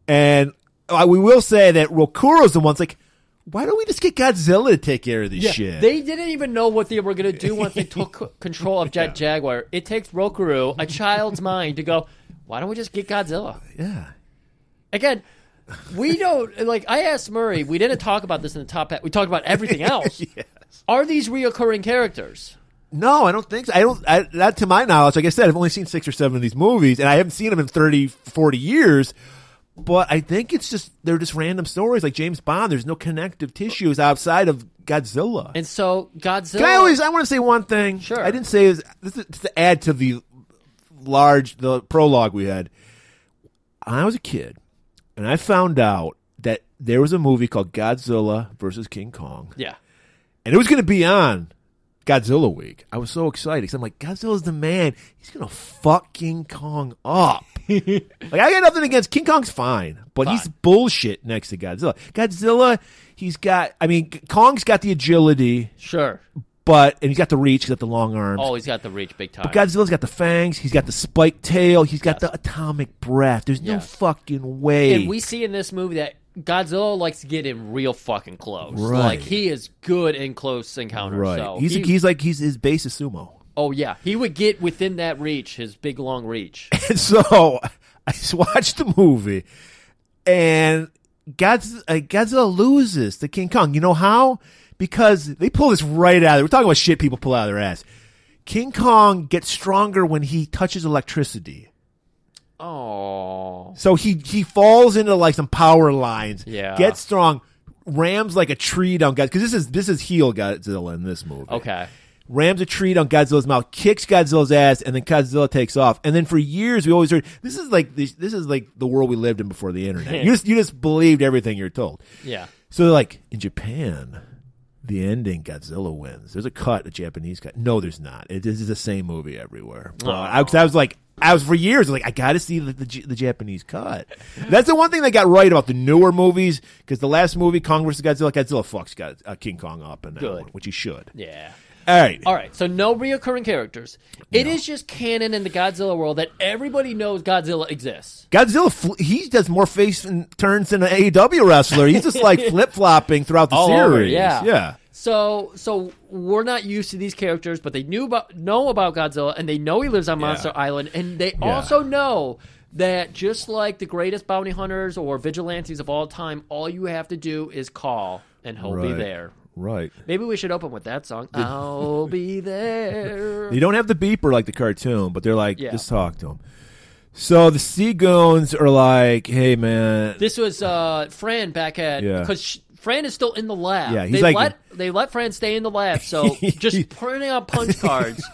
Speaker 3: And uh, we will say that Rokuro's the one's like, why don't we just get Godzilla to take care of this
Speaker 2: Yeah,
Speaker 3: shit?
Speaker 2: They didn't even know what they were going to do once
Speaker 3: <laughs>
Speaker 2: they took c- control of Jet Jaguar. It takes Rokuru, a child's mind, to go, why don't we just get Godzilla?
Speaker 3: yeah.
Speaker 2: again, we don't <laughs> like. I asked Murray. We didn't talk about this in the top. hat. We talked about
Speaker 3: <laughs>
Speaker 2: everything else. Are these reoccurring characters?
Speaker 3: No, I don't think so. I don't, I, not to my knowledge. Like I said, I've only seen six or seven of these movies, and I haven't seen them in 30, 40 years. But I think it's just, they're just random stories. Like James Bond, there's no connective tissues outside of Godzilla.
Speaker 2: And so Godzilla.
Speaker 3: Can I always, I want to say one thing.
Speaker 2: Sure.
Speaker 3: I didn't say, is, this is to add to the large, the prologue we had. I was a kid, and I found out that there was a movie called Godzilla versus King Kong
Speaker 2: yeah,
Speaker 3: and it was going to be on Godzilla Week. I was so excited because I'm like, Godzilla's the man. He's going to fuck King Kong up. like, I got nothing against King Kong's fine, but he's bullshit next to Godzilla. Godzilla, he's got, I mean, Kong's got the agility,
Speaker 2: sure.
Speaker 3: but, and he's got the reach, he's got the long arms.
Speaker 2: Oh, he's got the reach big time.
Speaker 3: Godzilla's got the fangs, he's got the spiked tail, he's got the atomic breath. There's no
Speaker 2: Yes.
Speaker 3: fucking way.
Speaker 2: and we see in this movie that Godzilla likes to get in real fucking close.
Speaker 3: Right.
Speaker 2: Like he is good in close encounters.
Speaker 3: right.
Speaker 2: So
Speaker 3: he's,
Speaker 2: he-
Speaker 3: he's like, he's, his base is sumo. <laughs>
Speaker 2: oh yeah, he would get within that reach, his big long
Speaker 3: <laughs>
Speaker 2: reach.
Speaker 3: And so I just watched the movie, and Godz- uh, Godzilla loses to King Kong. You know how? Because they pull this right out. of We're talking about shit people pull out of their ass. King Kong gets stronger when he touches electricity.
Speaker 2: Oh,
Speaker 3: So he he falls into like some power lines.
Speaker 2: Yeah.
Speaker 3: gets strong, rams like a tree down Godzilla. Because this is this is heel Godzilla in this movie
Speaker 2: okay.
Speaker 3: rams a tree down Godzilla's mouth, kicks Godzilla's ass, and then Godzilla takes off. And then for years we always heard this is like this, this is like the world we lived in before
Speaker 2: <laughs>
Speaker 3: the internet. you just you just believed everything you're told.
Speaker 2: Yeah.
Speaker 3: So they're like in Japan, the ending Godzilla wins. There's a cut, a Japanese cut. No, there's not. It, this is the same movie everywhere.
Speaker 2: Oh.
Speaker 3: But I, 'cause I was like. I was for years like I got to see the, the J- the Japanese cut. That's the one thing they got right about the newer movies because the last movie Kong vs Godzilla, Godzilla fucks God, uh, King Kong up and
Speaker 2: Good.
Speaker 3: which he should.
Speaker 2: Yeah.
Speaker 3: All right,
Speaker 2: All right, so no reoccurring characters. It is just canon in the Godzilla world that everybody knows Godzilla exists.
Speaker 3: Godzilla, fl- he does more face and turns than an AEW wrestler. He's
Speaker 2: <laughs>
Speaker 3: just like flip flopping throughout the
Speaker 2: All
Speaker 3: series.
Speaker 2: over, yeah.
Speaker 3: yeah.
Speaker 2: So, so we're not used to these characters, but they knew about know about Godzilla, and they know he lives on Monster Island, and they also know that just like the greatest bounty hunters or vigilantes of all time, all you have to do is call, and he'll be
Speaker 3: Right.
Speaker 2: there.
Speaker 3: Right.
Speaker 2: Maybe we should open with that <laughs> song. I'll be there.
Speaker 3: They don't have the beeper like the cartoon, but they're like,
Speaker 2: Yeah.
Speaker 3: just talk to him. So the Sea Goons are like, hey, man.
Speaker 2: This was uh, Fran back at
Speaker 3: Yeah.
Speaker 2: because sh Fran is still in the lab.
Speaker 3: Yeah, he's
Speaker 2: they
Speaker 3: like-
Speaker 2: let they let Fran stay in the lab,
Speaker 3: <laughs>
Speaker 2: so just printing out punch cards,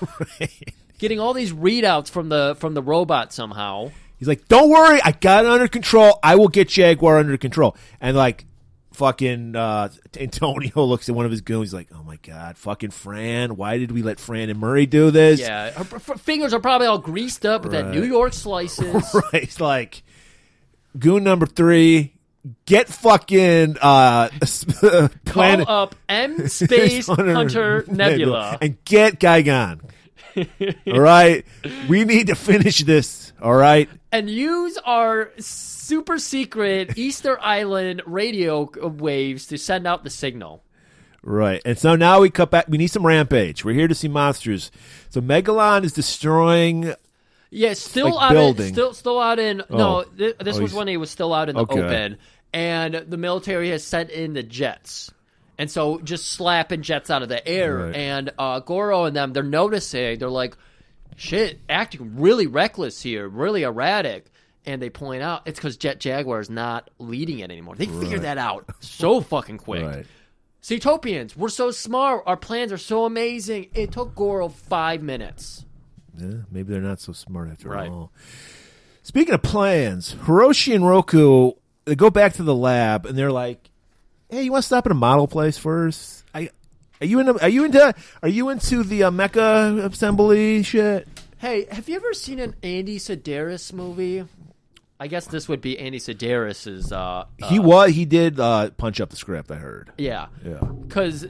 Speaker 2: getting all these readouts from the from the robot somehow.
Speaker 3: He's like, don't worry. I got it under control. I will get Jaguar under control. And like, fucking uh, Antonio <laughs> looks at one of his goons. He's like, oh, my God. Fucking Fran. Why did we let Fran and Murray do this?
Speaker 2: Yeah, her f- f- fingers are probably all greased up with that New York slices.
Speaker 3: <laughs> <laughs> right. It's like goon number three. Get fucking uh, <laughs>
Speaker 2: Call
Speaker 3: planet <laughs>
Speaker 2: up M Space Hunter Nebula.
Speaker 3: and get
Speaker 2: <laughs>
Speaker 3: Gigan. all right, we need to finish this. All right,
Speaker 2: and use our super secret Easter Island radio waves to send out the signal.
Speaker 3: right. And so now we cut back. We need some rampage. We're here to see monsters. So Megalon is destroying
Speaker 2: Yeah, still
Speaker 3: like
Speaker 2: out.
Speaker 3: building.
Speaker 2: In, still, still out in.
Speaker 3: Oh.
Speaker 2: No, thi- this
Speaker 3: Oh,
Speaker 2: was
Speaker 3: he's-
Speaker 2: when he was still out in the
Speaker 3: Okay.
Speaker 2: open, and the military has sent in the jets, and so just slapping jets out of the air.
Speaker 3: Right.
Speaker 2: And uh, Goro and them, they're noticing. They're like, "Shit, acting really reckless here, really erratic." And they point out it's because Jet Jaguar is not leading it anymore. They figured that out
Speaker 3: <laughs>
Speaker 2: so fucking quick.
Speaker 3: Right.
Speaker 2: Cetopians, we're so smart. Our plans are so amazing. It took Goro five minutes.
Speaker 3: Yeah, maybe they're not so smart after
Speaker 2: Right.
Speaker 3: all. Speaking of plans, Hiroshi and Roku they go back to the lab and they're like, "Hey, you want to stop at a model place first? I are you into are you into are you into the uh, mecha assembly shit?
Speaker 2: Hey, have you ever seen an Andy Sedaris movie? I guess this would be Andy Sedaris's. Uh, uh,
Speaker 3: he was he did uh, punch up the script. I heard.
Speaker 2: yeah,
Speaker 3: Yeah.
Speaker 2: because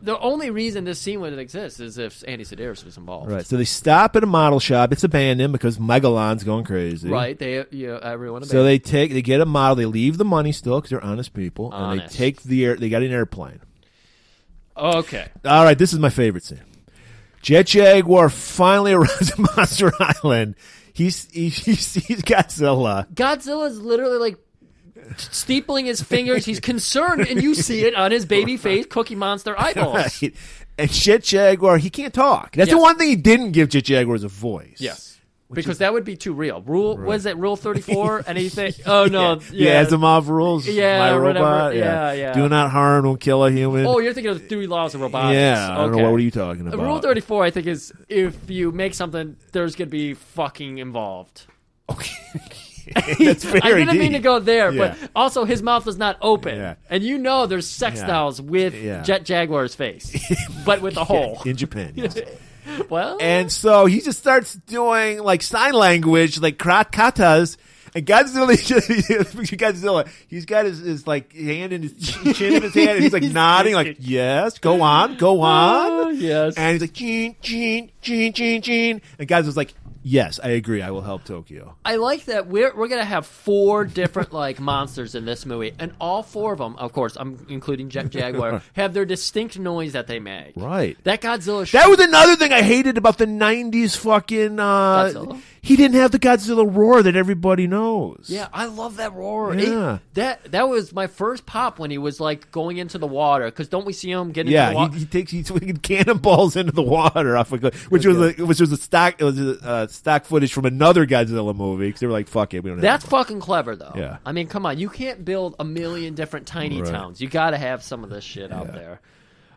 Speaker 2: the only reason this scene would exist is if Andy Sedaris was involved.
Speaker 3: Right. So they stop at a model shop. It's abandoned because Megalon's going crazy.
Speaker 2: right. They, yeah, everyone.
Speaker 3: So they take they get a model. They leave the money still because they're honest people, and they
Speaker 2: Honest.
Speaker 3: take the air. They got an airplane.
Speaker 2: Oh, okay.
Speaker 3: All right, this is my favorite scene. Jet Jaguar finally <laughs> arrives at Monster Island. He's he's, <laughs> he's, he's uh, Godzilla.
Speaker 2: Godzilla's literally like steepling his fingers. He's concerned, and you see it on his baby face, Cookie Monster eyeballs.
Speaker 3: Right. And Jet Jaguar, he can't talk. That's the
Speaker 2: Yes.
Speaker 3: one thing he didn't give Jet Jaguar is a voice.
Speaker 2: Yes. Because that would be too real. Rule was it rule thirty
Speaker 3: <laughs>
Speaker 2: four? Anything? Oh
Speaker 3: Yeah.
Speaker 2: no!
Speaker 3: yeah. Asimov rules.
Speaker 2: Yeah,
Speaker 3: my
Speaker 2: whatever.
Speaker 3: robot.
Speaker 2: Yeah, yeah.
Speaker 3: Do not harm. Don't kill a human.
Speaker 2: Oh, you're thinking of three laws of robotics.
Speaker 3: yeah. I don't know
Speaker 2: Okay.
Speaker 3: what were you talking about.
Speaker 2: Rule
Speaker 3: <laughs>
Speaker 2: 34, I think, is if you make something, there's going to be fucking involved. <laughs>
Speaker 3: Okay. That's <laughs> very
Speaker 2: I didn't mean to
Speaker 3: deep.
Speaker 2: go there,
Speaker 3: Yeah.
Speaker 2: but also his mouth is not open.
Speaker 3: Yeah.
Speaker 2: And you know there's sex
Speaker 3: Yeah.
Speaker 2: dolls with
Speaker 3: Yeah.
Speaker 2: Jet Jaguar's
Speaker 3: <laughs>
Speaker 2: face, but with a hole. <laughs>
Speaker 3: in Japan. Yes.
Speaker 2: Well,
Speaker 3: And so he just starts doing like sign language, like krat katas. And Godzilla, <laughs> Godzilla, he's got his, his like hand
Speaker 2: <laughs>
Speaker 3: in his chin- chin in his hand, and he's like nodding, like yes, go on,
Speaker 2: <laughs>
Speaker 3: go on,
Speaker 2: Oh, yes.
Speaker 3: uh, And he's like chin, chin, chin, chin, chin. And Godzilla's like, yes, I agree, I will help Tokyo.
Speaker 2: I like that we're, we're going to have four different like <laughs> monsters in this movie. And all four of them, of course, I'm including Jet
Speaker 3: <laughs>
Speaker 2: Jaguar, have their distinct noise that they make.
Speaker 3: Right.
Speaker 2: That Godzilla
Speaker 3: That was another thing I hated about the '90s fucking. Uh,
Speaker 2: Godzilla?
Speaker 3: He didn't have the Godzilla roar that everybody knows.
Speaker 2: Yeah, I love that roar.
Speaker 3: Yeah.
Speaker 2: It- that that was my first pop when he was like going into the water. Because don't we see him get into the
Speaker 3: Yeah,
Speaker 2: water?
Speaker 3: he, he takes he swinging cannonballs into the water off a gl- which was like, which was a stock it was a, uh, stock footage from another Godzilla movie because they were like, "Fuck it, we don't."
Speaker 2: That's
Speaker 3: have
Speaker 2: fucking clever, though.
Speaker 3: Yeah.
Speaker 2: I mean, come on, you can't build a million different tiny
Speaker 3: Right.
Speaker 2: towns. You got to have some of this shit out there.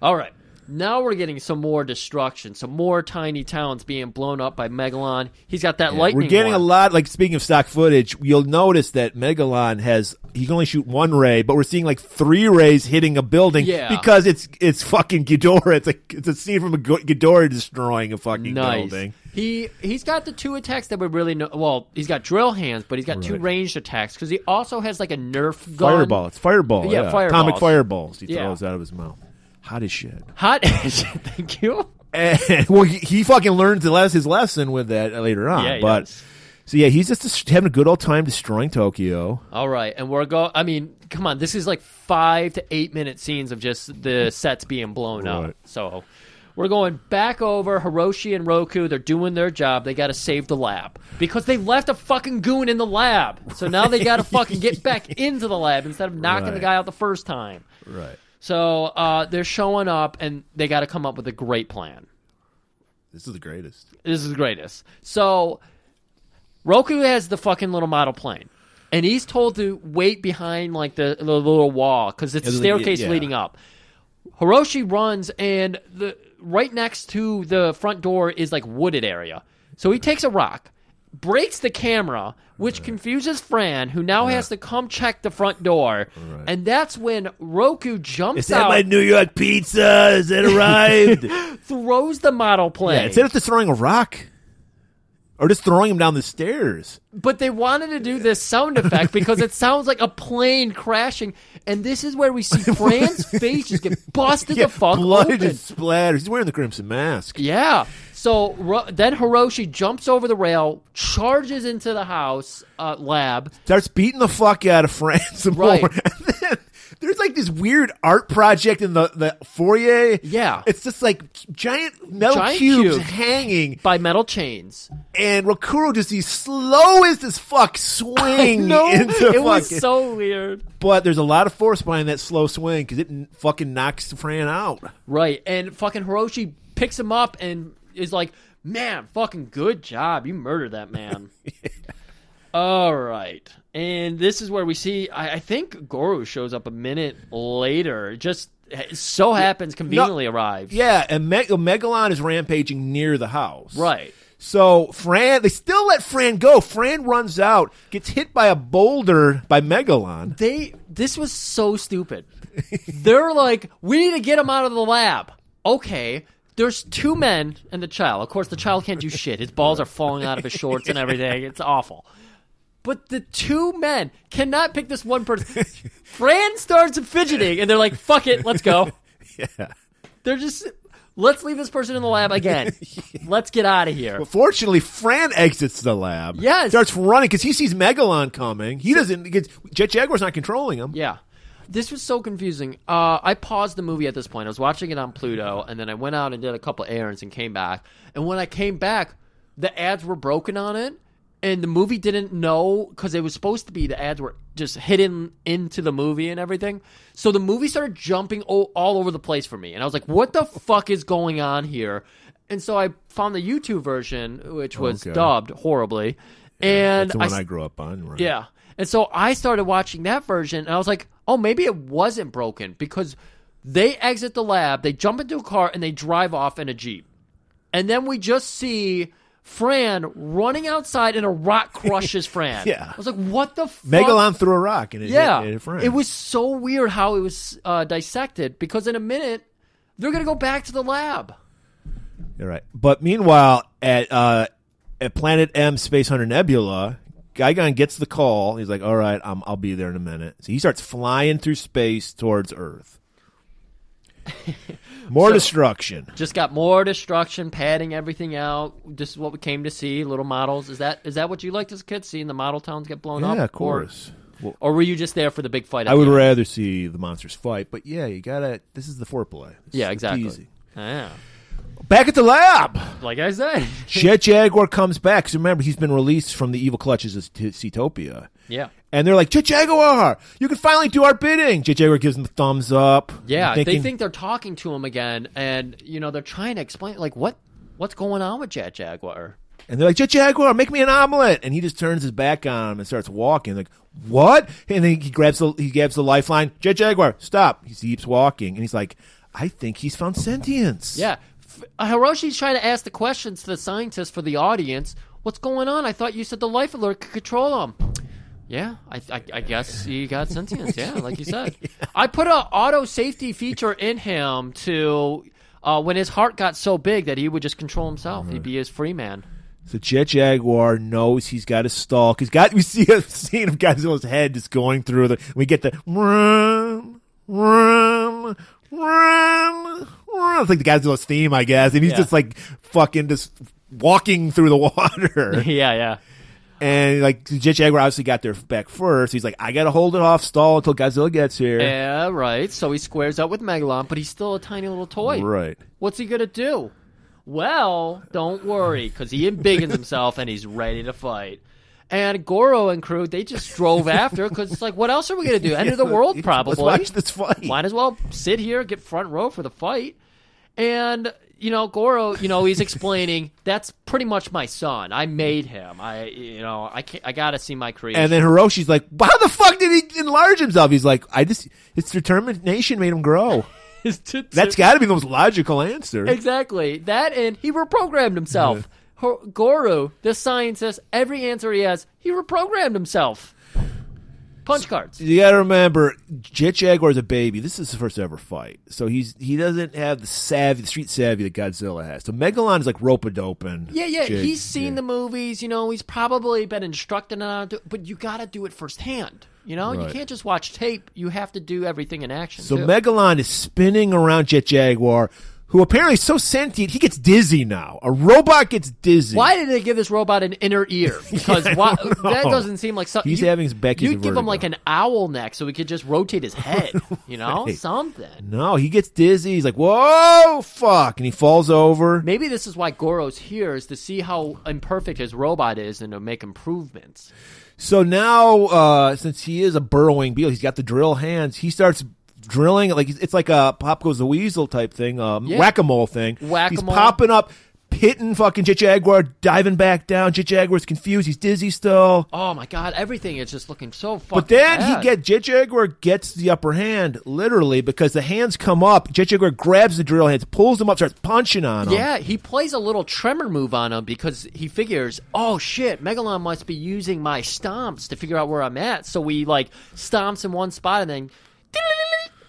Speaker 2: All right, now we're getting some more destruction, some more tiny towns being blown up by Megalon. He's got that
Speaker 3: it.
Speaker 2: lightning.
Speaker 3: We're getting
Speaker 2: one.
Speaker 3: a lot. Like speaking of stock footage, you'll notice that Megalon has he can only shoot one ray, but we're seeing like three rays hitting a building.
Speaker 2: Yeah.
Speaker 3: because it's it's fucking Ghidorah. It's like it's a scene from a Go- Ghidorah destroying a fucking
Speaker 2: Nice.
Speaker 3: building.
Speaker 2: He he's got the two attacks that we really know. Well, he's got drill hands, but he's got two
Speaker 3: Right.
Speaker 2: ranged attacks because he also has like a Nerf gun.
Speaker 3: Fireball, it's fireball.
Speaker 2: Yeah,
Speaker 3: atomic
Speaker 2: fireballs.
Speaker 3: fireballs. He
Speaker 2: Yeah.
Speaker 3: throws out of his mouth. Hot as shit.
Speaker 2: Hot <laughs> ass. Thank you.
Speaker 3: And, <laughs> well, he, he fucking learns the les- his lesson with that later on.
Speaker 2: Yeah, he
Speaker 3: but
Speaker 2: does.
Speaker 3: so yeah, he's just dest- having a good old time destroying Tokyo.
Speaker 2: All right, and we're go. I mean, come on, this is like five to eight minute scenes of just the sets being blown
Speaker 3: Right.
Speaker 2: up. So we're going back over Hiroshi and Roku. They're doing their job. They got to save the lab because they left a fucking goon in the lab. So now they got to fucking
Speaker 3: <laughs>
Speaker 2: get back into the lab instead of knocking
Speaker 3: Right.
Speaker 2: the guy out the first time.
Speaker 3: Right.
Speaker 2: So uh, they're showing up, and they got to come up with a great plan.
Speaker 3: This is the greatest.
Speaker 2: This is the greatest. So Roku has the fucking little model plane. And he's told to wait behind like the, the little wall because it's a
Speaker 3: Yeah,
Speaker 2: staircase
Speaker 3: yeah.
Speaker 2: leading up. Hiroshi runs and the right next to the front door is like wooded area. So he takes a rock, breaks the camera, which confuses Fran, who now has to come check the front door. And that's when Roku jumps
Speaker 3: Is that
Speaker 2: out,
Speaker 3: my New York pizza? Is
Speaker 2: <laughs>
Speaker 3: it arrived? yeah,
Speaker 2: throws the model plane.
Speaker 3: instead of just throwing a rock, or just throwing him down the stairs.
Speaker 2: But they wanted to do this sound effect because it sounds like a plane crashing, and this is where we
Speaker 3: <laughs>
Speaker 2: see Fran's face just get busted the fuck
Speaker 3: blood
Speaker 2: open.
Speaker 3: just splatters. He's wearing the crimson
Speaker 2: <laughs>
Speaker 3: mask.
Speaker 2: Yeah. So Ro- then Hiroshi jumps over the rail, charges into the house uh, lab.
Speaker 3: Starts beating the fuck out of Fran <laughs> some
Speaker 2: Right.
Speaker 3: more. And then There's like this weird art project in the, the foyer.
Speaker 2: Yeah.
Speaker 3: It's just like giant metal
Speaker 2: Giant
Speaker 3: cubes
Speaker 2: cubes.
Speaker 3: hanging,
Speaker 2: by metal chains.
Speaker 3: and Rokuro just the slowest as
Speaker 2: <laughs>
Speaker 3: fuck swing
Speaker 2: No,
Speaker 3: into
Speaker 2: it
Speaker 3: fucking.
Speaker 2: was so weird.
Speaker 3: but there's a lot of force behind that slow swing because it n- fucking knocks Fran out.
Speaker 2: Right, and fucking Hiroshi picks him up and is like, "Man, fucking good job, you murdered that man." All right, and this is where we see. I, I think Goro shows up a minute later. It Just it so happens, conveniently arrives.
Speaker 3: Yeah, and Me- Megalon is rampaging near the house.
Speaker 2: Right.
Speaker 3: So Fran, they still let Fran go. Fran runs out, gets hit by a boulder by Megalon.
Speaker 2: They. This was so stupid. They're like, "We need to get him out of the lab." Okay. There's two men and the child. Of course, the child can't do shit. His balls are falling out of his shorts and everything. It's awful. But the two men cannot pick this one person. Fran starts fidgeting, and they're like, "Fuck it, let's go."
Speaker 3: Yeah.
Speaker 2: They're just, let's leave this person in the lab again. Let's get out of here.
Speaker 3: But fortunately, Fran exits the lab.
Speaker 2: Yes.
Speaker 3: Starts running because he sees Megalon coming. He doesn't. Gets, Jet Jaguar's not controlling him.
Speaker 2: Yeah. This was so confusing. Uh, I paused the movie at this point. I was watching it on Pluto, and then I went out and did a couple errands and came back. And when I came back, the ads were broken on it, and the movie didn't know because it was supposed to be the ads were just hidden into the movie and everything. So the movie started jumping o- all over the place for me, and I was like, "What the fuck is going on here?" And so I found the YouTube version, which was
Speaker 3: Okay.
Speaker 2: dubbed horribly, and
Speaker 3: That's the
Speaker 2: I
Speaker 3: one
Speaker 2: s-
Speaker 3: I, grew up on. Right?
Speaker 2: yeah. And so I started watching that version and I was like, oh, maybe it wasn't broken because they exit the lab, they jump into a car, and they drive off in a Jeep. And then we just see Fran running outside and a
Speaker 3: <laughs>
Speaker 2: rock crushes Fran.
Speaker 3: Yeah.
Speaker 2: I was like, what the fuck?
Speaker 3: Megalon threw a rock and it
Speaker 2: Yeah.
Speaker 3: hit, hit Fran.
Speaker 2: It was so weird how it was uh, dissected because in a minute, they're going to go back to the lab.
Speaker 3: You're right. But meanwhile, at uh, at Planet M Space Hunter Nebula, Gigon gets the call. He's like, "All right, I'm, I'll be there in a minute." So he starts flying through space towards
Speaker 2: <laughs>
Speaker 3: Earth. More destruction.
Speaker 2: Just got more destruction, padding everything out. This is what we came to see, little models. Is that is that what you liked as a kid, seeing the model towns get blown up?
Speaker 3: Yeah, of
Speaker 2: Or-
Speaker 3: course.
Speaker 2: Or, were you just there for the big fight? at
Speaker 3: I would
Speaker 2: the end?
Speaker 3: rather see the monsters fight, but yeah, you gotta. This is the foreplay. This is
Speaker 2: Yeah,
Speaker 3: the
Speaker 2: exactly.
Speaker 3: teasing.
Speaker 2: Yeah.
Speaker 3: Back at
Speaker 2: <laughs>
Speaker 3: the lab,
Speaker 2: Like I said.
Speaker 3: Jet Jaguar comes back. 'cause remember, he's been released from the evil clutches of T- Cetopia.
Speaker 2: Yeah.
Speaker 3: And they're like, Jet Jaguar, you can finally do our bidding. Jet Jaguar gives them the thumbs up.
Speaker 2: Yeah,
Speaker 3: I'm thinking-
Speaker 2: they think they're talking to him again and you know, they're trying to explain like what what's going on with Jet Jaguar?
Speaker 3: And they're like, Jet Jaguar, make me an omelet. And he just turns his back on him and starts walking. Like, what? And then he grabs the he grabs the lifeline. Jet Jaguar, stop. He keeps walking, and he's like, I think he's found sentience.
Speaker 2: Yeah. F- uh, Hiroshi's trying to ask the questions to the scientists for the audience. What's going on? I thought you said the life alert could control him. Yeah, I, I, I guess he got <laughs> sentience. Yeah, like you said. I put a auto safety feature in him to uh, when his heart got so big that he would just control himself. He'd be his free man.
Speaker 3: So Jet Jaguar knows he's got to stalk. He's got <laughs> we see a scene of Godzilla's head just going through the. We get the rum rum rum. rum. It's like the Godzilla's theme, I guess, and he's
Speaker 2: Yeah.
Speaker 3: just like fucking just walking through the <laughs> water.
Speaker 2: <laughs> Yeah, yeah.
Speaker 3: and like Jet Jaguar obviously got there back first. He's like, I gotta hold it off, stall until Godzilla gets here.
Speaker 2: Yeah, right. So he squares up with Megalon, but he's still a tiny little toy.
Speaker 3: Right.
Speaker 2: What's he going to do? Well, don't worry, because he embiggens himself and he's ready to fight. And Goro and crew, they just drove after because it's like, what else are we going to do? End
Speaker 3: <laughs>
Speaker 2: of the world, probably.
Speaker 3: Let's watch this fight.
Speaker 2: Might as well sit here, get front row for the fight. And, you know, Goro, you know, he's explaining, that's pretty much my son. I made him. I, you know, I, can't, I got to see my creation.
Speaker 3: And then Hiroshi's like, How the fuck did he enlarge himself? He's like, I just his determination made him grow. That's got to be the most logical answer.
Speaker 2: Exactly. That and he reprogrammed himself. Ho Goro, the scientist, every answer he has, he reprogrammed himself. Punch cards.
Speaker 3: You got to remember, Jet Jaguar's a baby. This is his first ever fight, so he's he doesn't have the savvy, the street savvy that Godzilla has. So Megalon is like rope a doping.
Speaker 2: Yeah, yeah. he's seen the movies, you know, he's probably been instructed on how to but you gotta do it firsthand. You know? You
Speaker 3: Right.
Speaker 2: can't just watch tape. You have to do everything in action.
Speaker 3: So
Speaker 2: too.
Speaker 3: Megalon is spinning around Jet Jaguar, who apparently is so sentient he gets dizzy now. A robot gets dizzy.
Speaker 2: Why did they give this robot an inner
Speaker 3: <laughs>
Speaker 2: ear? Because
Speaker 3: I
Speaker 2: why,
Speaker 3: don't know.
Speaker 2: that doesn't seem like something.
Speaker 3: He's having his Becky's
Speaker 2: You'd give him
Speaker 3: vertigo.
Speaker 2: like an owl neck so he could just rotate
Speaker 3: <laughs>
Speaker 2: his head. You know, something.
Speaker 3: No, he gets dizzy. He's like, "Whoa, fuck!" and he falls over.
Speaker 2: Maybe this is why Goro's here is to see how imperfect his robot is and to make improvements.
Speaker 3: So now, uh, since he is a burrowing beetle, he's got the drill hands. He starts drilling like it's like a pop goes the weasel type thing, um,
Speaker 2: Yeah.
Speaker 3: whack a mole thing. He's
Speaker 2: Whack-a-mole.
Speaker 3: popping up, hitting fucking Jet Jaguar, diving back down. Jet Jaguar's confused. He's dizzy still.
Speaker 2: Oh my god, everything is just looking so fucking.
Speaker 3: But then
Speaker 2: bad.
Speaker 3: he get Jet Jaguar gets the upper hand literally because the hands come up. Jet Jaguar grabs the drill hands, pulls them up, starts punching on them.
Speaker 2: Yeah, he plays a little tremor move on him because he figures, oh shit, Megalon must be using my stomps to figure out where I'm at. So he like stomps in one spot and then <laughs>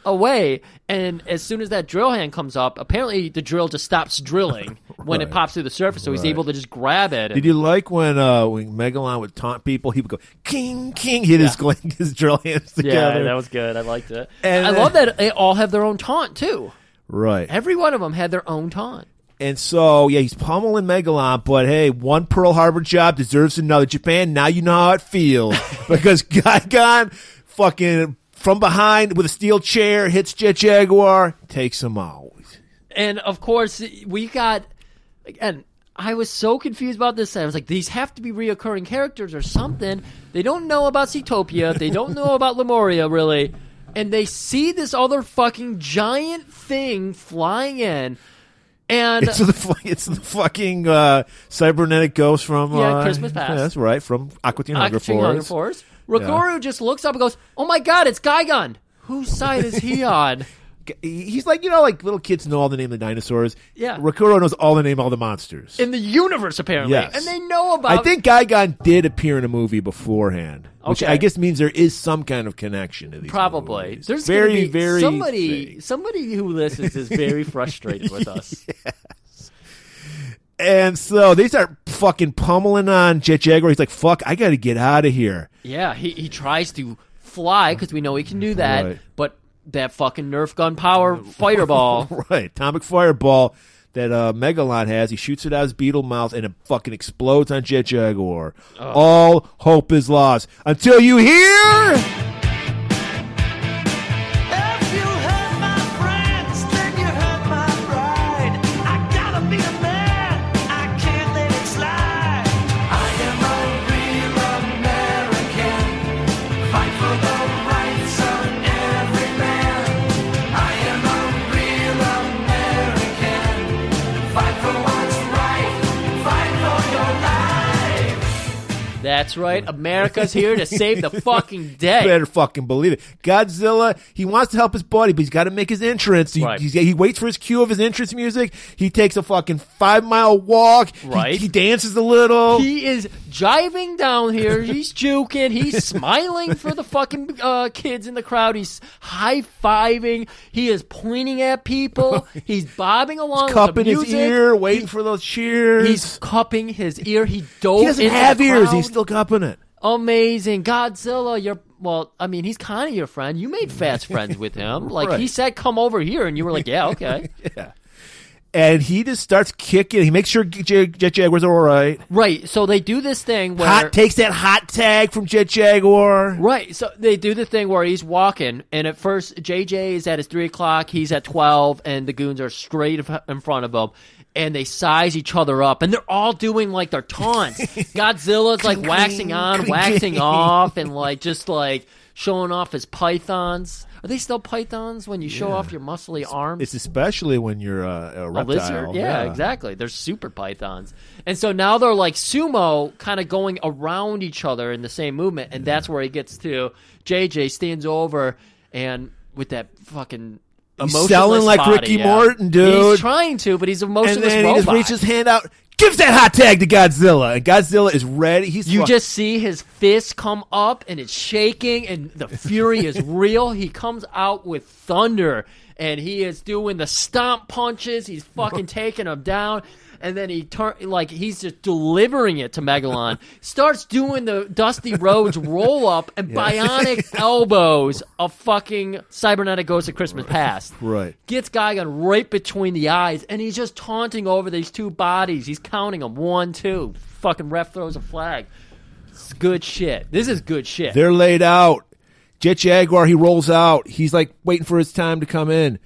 Speaker 2: away. And as soon as that drill hand comes up, apparently the drill just stops
Speaker 3: <laughs>
Speaker 2: drilling when it pops through the surface. So he's able to just grab it. And,
Speaker 3: Did you like when uh, when Megalon would taunt people? He would go king king, hit <laughs> his gl- his drill hands together.
Speaker 2: was good. I liked it.
Speaker 3: And
Speaker 2: I
Speaker 3: then-
Speaker 2: love that they all have their own taunt too.
Speaker 3: right.
Speaker 2: Every one of them had their own taunt.
Speaker 3: And so, yeah, he's pummeling Megalon, but hey, one Pearl Harbor job deserves another. Japan, now you know how it feels. because Gaigan fucking from behind with a steel chair hits Jet Jaguar, takes him out.
Speaker 2: and of course we got again i was so confused about this i was like these have to be reoccurring characters or something they don't know about Zootopia. they don't know about lemuria really and they see this other fucking giant thing flying in and
Speaker 3: It's the fu- it's the fucking uh, cybernetic ghost from
Speaker 2: Yeah,
Speaker 3: uh,
Speaker 2: Christmas Past.
Speaker 3: yeah, that's right, from Aqua Teen Hunger
Speaker 2: Akatsuki Hunger
Speaker 3: Force.
Speaker 2: Force. Rokoro just looks up and goes, "Oh my god, it's Gigan! Whose side is he on?"
Speaker 3: G- He's like you know, like little kids know all the name of the dinosaurs.
Speaker 2: Yeah.
Speaker 3: Rokuro knows all the name of all the monsters.
Speaker 2: In the universe, apparently,
Speaker 3: Yes.
Speaker 2: and they know about.
Speaker 3: I think Gigan did appear in a movie beforehand, which
Speaker 2: Okay.
Speaker 3: I guess means there is some kind of connection to these.
Speaker 2: Probably.
Speaker 3: movies.
Speaker 2: There's gonna
Speaker 3: very,
Speaker 2: be
Speaker 3: very
Speaker 2: somebody
Speaker 3: vague.
Speaker 2: somebody who listens is
Speaker 3: <laughs>
Speaker 2: very frustrated with us.
Speaker 3: And so they start fucking pummeling on Jet Jaguar. He's like, "Fuck, I got to get out of here."
Speaker 2: Yeah, he he tries to fly because we know he can do that,
Speaker 3: Right.
Speaker 2: but that fucking Nerf gun
Speaker 3: <laughs>
Speaker 2: power fighter ball.
Speaker 3: right, atomic fireball that uh, Megalon has. He shoots it out his beetle mouth, and it fucking explodes on Jet Jaguar. All hope is lost until you hear.
Speaker 5: If you hurt my friends, then you hurt my pride. I gotta be a man. I can't let it slide. I am a real American. Fight for the rights of every man. I am a real American. Fight for what's right. Fight for your life.
Speaker 2: That's right. America's here to save the fucking day.
Speaker 3: better fucking believe it. Godzilla, he wants to help his buddy, but he's got to make his entrance. He,
Speaker 2: Right.
Speaker 3: he's- he waits for his cue of his entrance music. He takes a fucking five mile walk. He-
Speaker 2: Right.
Speaker 3: He, dances a little.
Speaker 2: <laughs> He is jiving down here.
Speaker 3: <laughs>
Speaker 2: He's juking. He's smiling for the fucking uh, kids in the crowd. He's high fiving. He is pointing at
Speaker 3: <laughs>
Speaker 2: people. He's bobbing along. with the
Speaker 3: cupping his
Speaker 2: music.
Speaker 3: ear, waiting for those cheers.
Speaker 2: He's cupping his ear. He dove.
Speaker 3: he doesn't
Speaker 2: into
Speaker 3: have
Speaker 2: the
Speaker 3: ears.
Speaker 2: crowd.
Speaker 3: He's still cupping it.
Speaker 2: amazing. Godzilla, you're well. I mean, he's kind of your friend. You made fast friends with
Speaker 3: <laughs>
Speaker 2: him. Like he
Speaker 3: Right.
Speaker 2: said, come over here, and you were like, yeah,
Speaker 3: <laughs>
Speaker 2: okay,
Speaker 3: And he just starts kicking. He makes sure Jet, Jet Jaguar's all right.
Speaker 2: right. So they do this thing where
Speaker 3: Hot takes that hot tag from Jet Jaguar.
Speaker 2: Right, so they do the thing where he's walking, and at first JJ is at his three o'clock, he's at twelve, and the goons are straight in fr- in front of him, and they size each other up, and they're all doing like their taunts. Godzilla's like waxing on, waxing off, and like just like showing off his pythons. Are they still pythons when you show off your muscly arms?
Speaker 3: It's especially when you're uh, a
Speaker 2: a
Speaker 3: reptile.
Speaker 2: lizard. Yeah, exactly. They're super pythons. And so now they're like sumo, kind of going around each other in the same movement. And that's where he gets to. JJ stands over and with that fucking. emotionless
Speaker 3: selling like
Speaker 2: body,
Speaker 3: Ricky
Speaker 2: yeah.
Speaker 3: Morton, dude.
Speaker 2: He's trying to, but he's an emotionless
Speaker 3: and then
Speaker 2: robot.
Speaker 3: he just reaches his hand out, gives that hot tag to Godzilla, and Godzilla is ready. He's
Speaker 2: you
Speaker 3: fuck-
Speaker 2: just see his fist come up and it's shaking, and the fury
Speaker 3: <laughs>
Speaker 2: is real. He comes out with thunder, and he is doing the stomp punches. He's fucking taking him down. and then he turn like he's just delivering it to Megalon. Starts doing the Dusty Rhodes roll up and bionic elbows of fucking cybernetic ghost of Christmas past.
Speaker 3: Right.
Speaker 2: Gets Gigan right between the eyes, and he's just taunting over these two bodies. He's counting them one, two. Fucking ref throws a flag. It's good shit. This is good shit.
Speaker 3: They're laid out. Jet Jaguar, he rolls out. He's like waiting for his time to come in.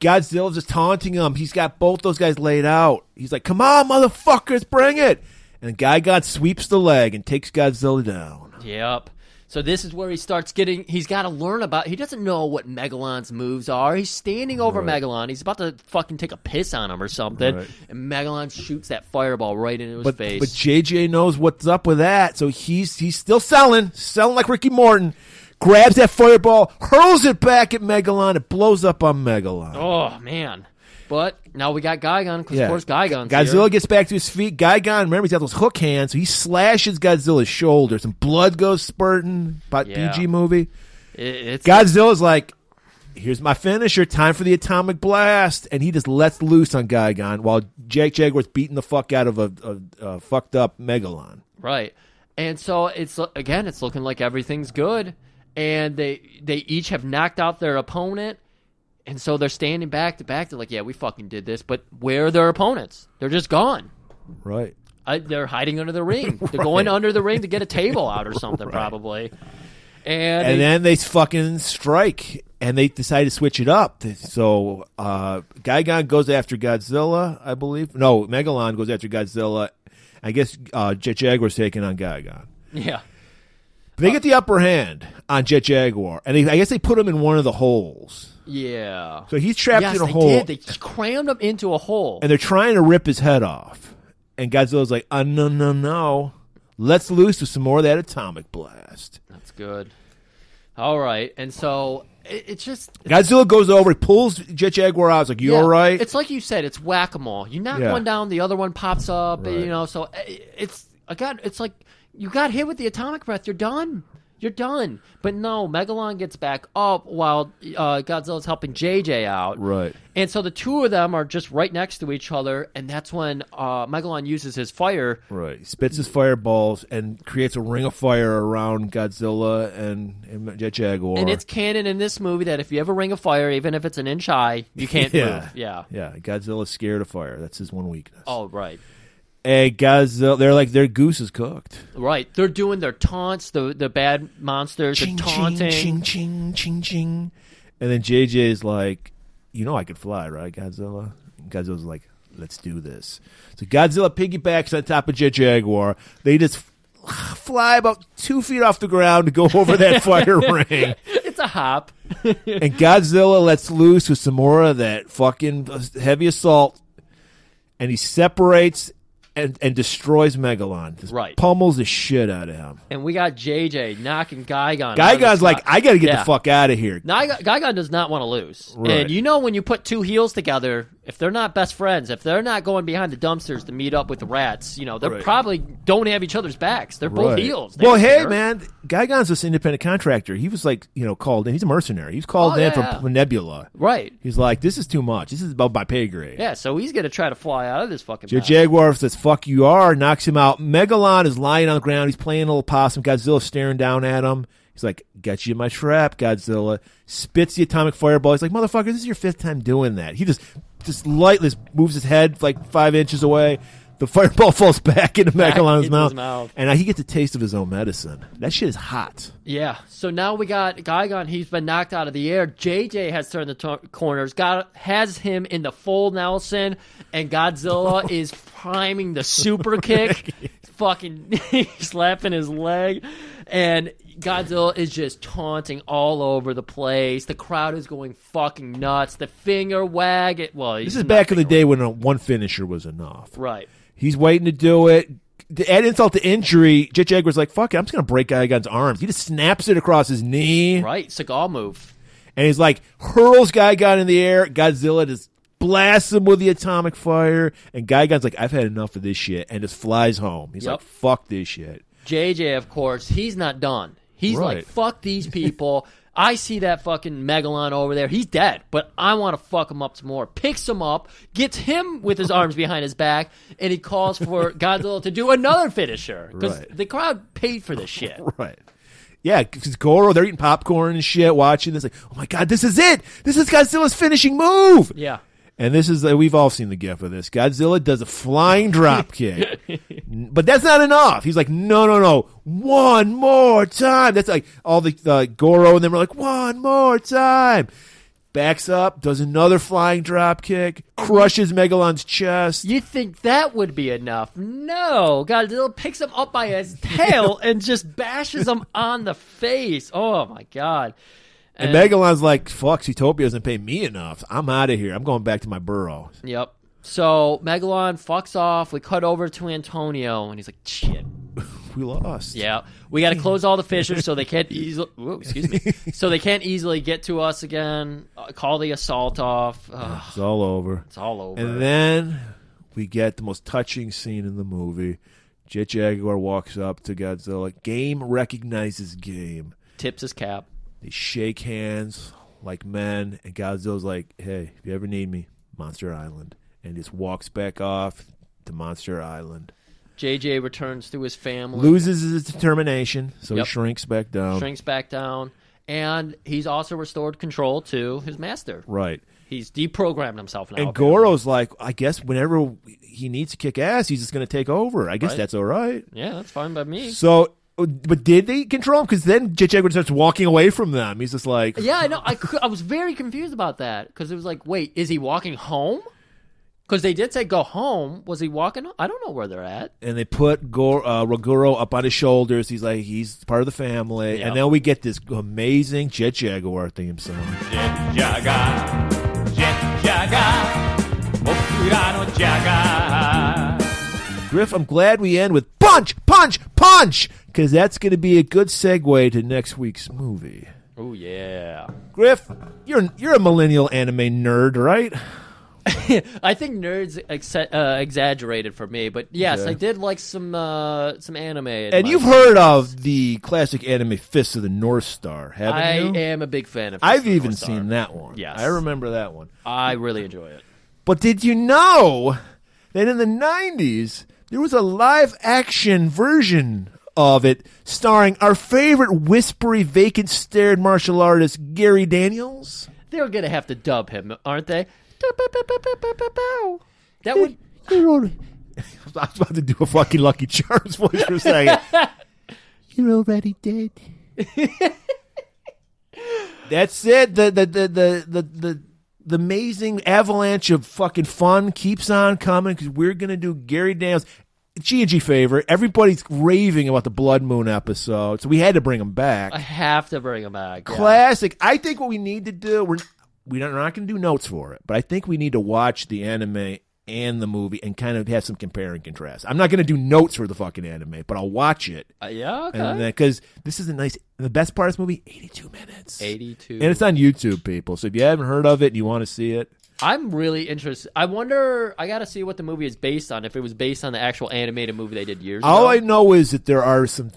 Speaker 3: Godzilla's just taunting him. He's got both those guys laid out. He's like, come on, motherfuckers, bring it. And Guy God sweeps the leg and takes Godzilla down.
Speaker 2: Yep. So this is where he starts getting. He's got to learn about. He doesn't know what Megalon's moves are. He's standing over Megalon. He's about to fucking take a piss on him or something.
Speaker 3: Right.
Speaker 2: And Megalon shoots that fireball right into his
Speaker 3: But,
Speaker 2: face.
Speaker 3: but JJ knows what's up with that, so he's he's still selling, selling like Ricky Morton. Grabs that fireball, hurls it back at Megalon, it blows up on Megalon.
Speaker 2: oh man. But now we got Gigan because of course Gigan's
Speaker 3: Godzilla
Speaker 2: here.
Speaker 3: gets back to his feet. Gigan, remember he's got those hook hands, so he slashes Godzilla's shoulders, and blood goes spurting. About
Speaker 2: Yeah.
Speaker 3: BG movie.
Speaker 2: It- it's
Speaker 3: Godzilla's like, "Here's my finisher. Time for the atomic blast," and he just lets loose on Gigan while Jake Jaguar's beating the fuck out of a, a, a fucked up Megalon.
Speaker 2: Right. And so it's again, it's looking like everything's good, and they they each have knocked out their opponent, and so they're standing back to back. They're like, yeah, we fucking did this, but where are their opponents? They're just gone.
Speaker 3: Right.
Speaker 2: I, they're hiding under the
Speaker 3: <laughs>
Speaker 2: ring. They're going under the ring to get a table out or something, probably. And,
Speaker 3: And then they fucking strike, and they decide to switch it up. So uh, Gigan goes after Godzilla, I believe. No, Megalon goes after Godzilla. I guess uh, Jet Jaguar's taking on Gigan.
Speaker 2: yeah,
Speaker 3: They get the upper hand on Jet Jaguar, and they, I guess they put him in one of the holes.
Speaker 2: yeah.
Speaker 3: So he's trapped
Speaker 2: yes,
Speaker 3: in a
Speaker 2: they
Speaker 3: hole,
Speaker 2: did. They crammed them into a hole.
Speaker 3: and they're trying to rip his head off. And Godzilla's like, uh, no, no, no. Let's loose with some more of that atomic blast.
Speaker 2: That's good. All right, and so it, it's just
Speaker 3: Godzilla goes over, he pulls Jet Jaguar out. He's like, you
Speaker 2: Yeah.
Speaker 3: all right?
Speaker 2: It's like you said, it's whack a mole. You knock
Speaker 3: Yeah.
Speaker 2: one down, the other one pops up.
Speaker 3: Right.
Speaker 2: You know, so i- it's again, it's like you got hit with the atomic breath. You're done. You're done. But no, Megalon gets back up while uh, Godzilla's helping JJ out.
Speaker 3: Right.
Speaker 2: And so the two of them are just right next to each other, and that's when uh, Megalon uses his fire.
Speaker 3: Right. He spits his fireballs and creates a ring of fire around Godzilla and, and Jet Jaguar.
Speaker 2: And it's canon in this movie that if you have a ring of fire, even if it's an inch high, you can't move. Yeah.
Speaker 3: <laughs> Yeah. Godzilla's scared of fire. That's his one weakness.
Speaker 2: Oh, right.
Speaker 3: And Godzilla, they're like, their goose is cooked.
Speaker 2: Right. They're doing their taunts, the the bad monsters, are taunting.
Speaker 3: ching, ching, ching, ching. And then JJ's like, you know I could fly, right, Godzilla? And Godzilla's like, let's do this. So Godzilla piggybacks on top of Jet Jaguar. They just f- fly about two feet off the ground to go
Speaker 2: <laughs>
Speaker 3: over that fire ring.
Speaker 2: <laughs> It's a hop.
Speaker 3: And Godzilla lets loose with some more of that fucking heavy assault. And he separates and, and destroys Megalon. Just
Speaker 2: Right.
Speaker 3: Pummels the shit out of him.
Speaker 2: And we got JJ knocking Gigon.
Speaker 3: Gygon's like, I gotta get
Speaker 2: Yeah.
Speaker 3: the fuck out of here.
Speaker 2: Gigon, Gigon does not want to lose.
Speaker 3: Right.
Speaker 2: And you know when you put two heels together, if they're not best friends, if they're not going behind the dumpsters to meet up with the rats, you know, they are
Speaker 3: Right.
Speaker 2: probably don't have each other's backs. They're both
Speaker 3: Right.
Speaker 2: heels. They
Speaker 3: Well,
Speaker 2: don't
Speaker 3: hey,
Speaker 2: care.
Speaker 3: man, Gygon's this independent contractor. He was like, you know, called in. He's a mercenary. He was called
Speaker 2: Oh,
Speaker 3: in
Speaker 2: yeah.
Speaker 3: from from Nebula.
Speaker 2: Right.
Speaker 3: He's like, this is too much. This is above my pay grade.
Speaker 2: Yeah, so he's gonna try to fly out of this fucking
Speaker 3: Your
Speaker 2: mess.
Speaker 3: Jaguar says, fuck you are, knocks him out. Megalon is lying on the ground. He's playing a little possum. Godzilla's staring down at him. He's like, got you in my trap, Godzilla. Spits the atomic fireball. He's like, motherfucker, this is your fifth time doing that. He just, just lightly moves his head like five inches away. The fireball <laughs> falls back into Megalon's
Speaker 2: into
Speaker 3: mouth.
Speaker 2: his mouth.
Speaker 3: And now he gets a taste of his own medicine. That shit is hot.
Speaker 2: Yeah. So now we got Gigon. He's been knocked out of the air. JJ has turned the tor- corners. Got has him in the full Nelson, and
Speaker 3: <laughs>
Speaker 2: Godzilla is priming the super kick. Fucking <laughs> slapping his leg, and Godzilla is just taunting all over the place. The crowd is going fucking nuts. The finger wag. It well,
Speaker 3: This is back in the day when a one finisher was enough.
Speaker 2: right.
Speaker 3: He's waiting to do it. To add insult to injury, Jet Jaguar's like, fuck it, I'm just going to break Gigan's arms. He just snaps it across his knee.
Speaker 2: Right, cigar move.
Speaker 3: And he's like, hurls Gigan in the air. Godzilla just blasts him with the atomic fire. And Gigan's like, I've had enough of this shit. And just flies home. He's
Speaker 2: Yep.
Speaker 3: like, fuck this shit.
Speaker 2: JJ, of course, he's not done. He's
Speaker 3: Right. <laughs>
Speaker 2: like, fuck these people. I see that fucking Megalon over there. He's dead, but I want to fuck him up some more. Picks him up, gets him with his arms behind his back, and he calls
Speaker 3: <laughs>
Speaker 2: for Godzilla to do another finisher because
Speaker 3: Right.
Speaker 2: the crowd paid for this shit.
Speaker 3: <laughs> Right. Yeah, because Goro, they're eating popcorn and shit, watching this. Like, oh my god, this is it! This is Godzilla's finishing move.
Speaker 2: Yeah.
Speaker 3: And this is we've all seen the gif of this. Godzilla does a flying drop kick, but that's not enough. He's like, no, no, no, one more time. That's like all the uh, Goro and them are like, one more time. Backs up, does another flying drop kick, crushes Megalon's chest.
Speaker 2: You think that would be enough? No, Godzilla picks him up by his tail and just bashes
Speaker 3: <laughs>
Speaker 2: him on the face. Oh my god!
Speaker 3: And Megalon's like, fuck, Zootopia doesn't pay me enough. I'm out of here. I'm going back to my burrow.
Speaker 2: Yep. So Megalon fucks off. We cut over to Antonio, and he's like, "Shit,
Speaker 3: We lost.
Speaker 2: yeah, we got to close all the fissures so they
Speaker 3: <laughs>
Speaker 2: can't easily, excuse me, so they can't easily get to us again. Uh, call the assault off. Ugh,
Speaker 3: It's all over.
Speaker 2: it's all over."
Speaker 3: And then we get the most touching scene in the movie. Jet Jaguar walks up to Godzilla. Game recognizes game.
Speaker 2: Tips his cap.
Speaker 3: They shake hands like men, and Godzilla's like, "Hey, if you ever need me, Monster Island," and just walks back off to Monster Island.
Speaker 2: JJ returns to his family.
Speaker 3: Loses his determination, so
Speaker 2: Yep.
Speaker 3: he shrinks back down.
Speaker 2: shrinks back down, and he's also restored control to his master.
Speaker 3: Right.
Speaker 2: He's deprogrammed himself now.
Speaker 3: And
Speaker 2: apparently.
Speaker 3: Goro's like, I guess whenever he needs to kick ass, he's just going to take over. I guess
Speaker 2: Right.
Speaker 3: that's all right.
Speaker 2: Yeah, that's fine by me.
Speaker 3: So, uh, but did they control him? Because then Jet Jaguar starts walking away from them. He's just like,
Speaker 2: yeah, I know. I, cou- I was very confused about that because it was like, wait, is he walking home? Because they did say go home. Was he walking? Home? I don't know where they're at.
Speaker 3: and they put Gor- uh, Roguro up on his shoulders. He's like, he's part of the family.
Speaker 2: Yeah.
Speaker 3: And then we get this amazing Jet Jaguar theme song.
Speaker 1: Jaga, Jet Jaga, Okurano Jaga.
Speaker 3: Griff, I'm glad we end with punch, punch, punch, because that's going to be a good segue to next week's movie.
Speaker 2: Oh yeah.
Speaker 3: Griff, you're you're a millennial anime nerd, right?
Speaker 2: I think nerds ex- uh, exaggerated for me, but yes,
Speaker 3: Okay.
Speaker 2: I did like some uh, some anime.
Speaker 3: And you've heard of the classic anime Fist of the North Star, haven't
Speaker 2: I
Speaker 3: you?
Speaker 2: am a big fan of.
Speaker 3: I've
Speaker 2: Fist of the
Speaker 3: even
Speaker 2: North Star.
Speaker 3: seen that one.
Speaker 2: Yes.
Speaker 3: I remember that one.
Speaker 2: I really enjoy it.
Speaker 3: But did you know that in the 90s, there was a live action version of it starring our favorite whispery, vacant stared martial artist, Gary Daniels?
Speaker 2: They're gonna have to dub him, aren't they? That <laughs> would
Speaker 3: You're all- I was about to do a fucking Lucky Charms voice for a second. You're already dead. <laughs> That's it. The the the the the the, the amazing avalanche of fucking fun keeps on coming because we're gonna do Gary Daniels. G&G favorite. Everybody's raving about the Blood Moon episode, so we had to bring him back.
Speaker 2: <laughs> I have to bring him back. yeah.
Speaker 3: Classic. I think what we need to do we're we don't, we're not going to do notes for it, but I think we need to watch the anime and the movie and kind of have some compare and contrast. I'm not going to do notes for the fucking anime, but I'll watch it
Speaker 2: Uh, yeah, okay.
Speaker 3: and then because this is a nice. The best part of this movie, 82 minutes,
Speaker 2: 82.
Speaker 3: and it's on YouTube, people. So if you haven't heard of it and you want to see it,
Speaker 2: I'm really interested. I wonder. I gotta see what the movie is based on. If it was based on the actual animated movie they did years
Speaker 3: all
Speaker 2: ago.
Speaker 3: I know is that there are some.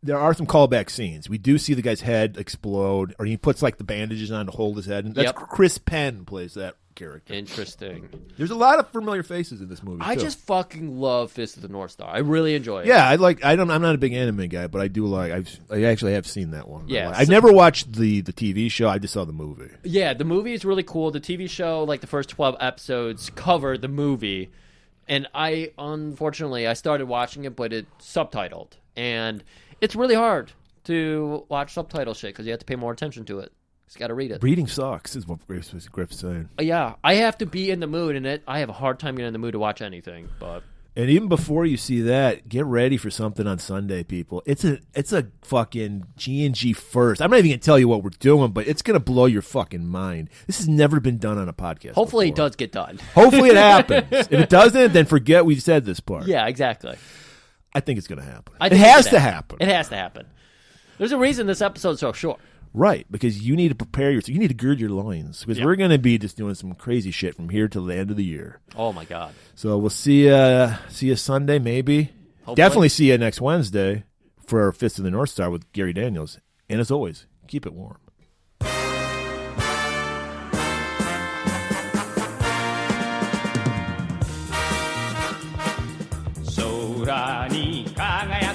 Speaker 3: There are some callback scenes. We do see the guy's head explode, or he puts like the bandages on to hold his head. And that's
Speaker 2: Yep.
Speaker 3: Chris Penn plays that character.
Speaker 2: Interesting.
Speaker 3: There's a lot of familiar faces in this movie.
Speaker 2: I
Speaker 3: too.
Speaker 2: just fucking love Fist of the North Star. I really enjoy it.
Speaker 3: yeah, I like. I don't. I'm not a big anime guy, but I do like. I've. I actually have seen that one.
Speaker 2: Yeah,
Speaker 3: I've
Speaker 2: so-
Speaker 3: never watched the the TV show. I just saw the movie.
Speaker 2: Yeah, the movie is really cool. The TV show, like the first twelve episodes, cover the movie, and I unfortunately I started watching it, but it's subtitled, and it's really hard to watch subtitle shit because you have to pay more attention to it. You got to read it.
Speaker 3: Reading sucks is what Griff's, was Griff's saying.
Speaker 2: Yeah, I have to be in the mood, and it I have a hard time getting in the mood to watch anything. But
Speaker 3: And even before you see that, get ready for something on Sunday, people. It's a it's a fucking G and G first. I'm not even gonna tell you what we're doing, but it's gonna blow your fucking mind. This has never been done on a podcast.
Speaker 2: hopefully, it
Speaker 3: before.
Speaker 2: does get done.
Speaker 3: Hopefully it happens.
Speaker 2: <laughs>
Speaker 3: if it doesn't, then forget we said this part.
Speaker 2: yeah, exactly.
Speaker 3: I think it's gonna happen.
Speaker 2: I
Speaker 3: it
Speaker 2: think
Speaker 3: has
Speaker 2: should
Speaker 3: to happen.
Speaker 2: It has to happen. There's a reason this episode's so short.
Speaker 3: Right, because you need to prepare yourself. You need to gird your loins because we're going to be just doing some crazy shit from here till the end of the year.
Speaker 2: Oh my god.
Speaker 3: So we'll see. Uh, see you Sunday, maybe. Definitely see you next Wednesday for Fist of the North Star with Gary Daniels. And as always, keep it warm.
Speaker 5: 空に輝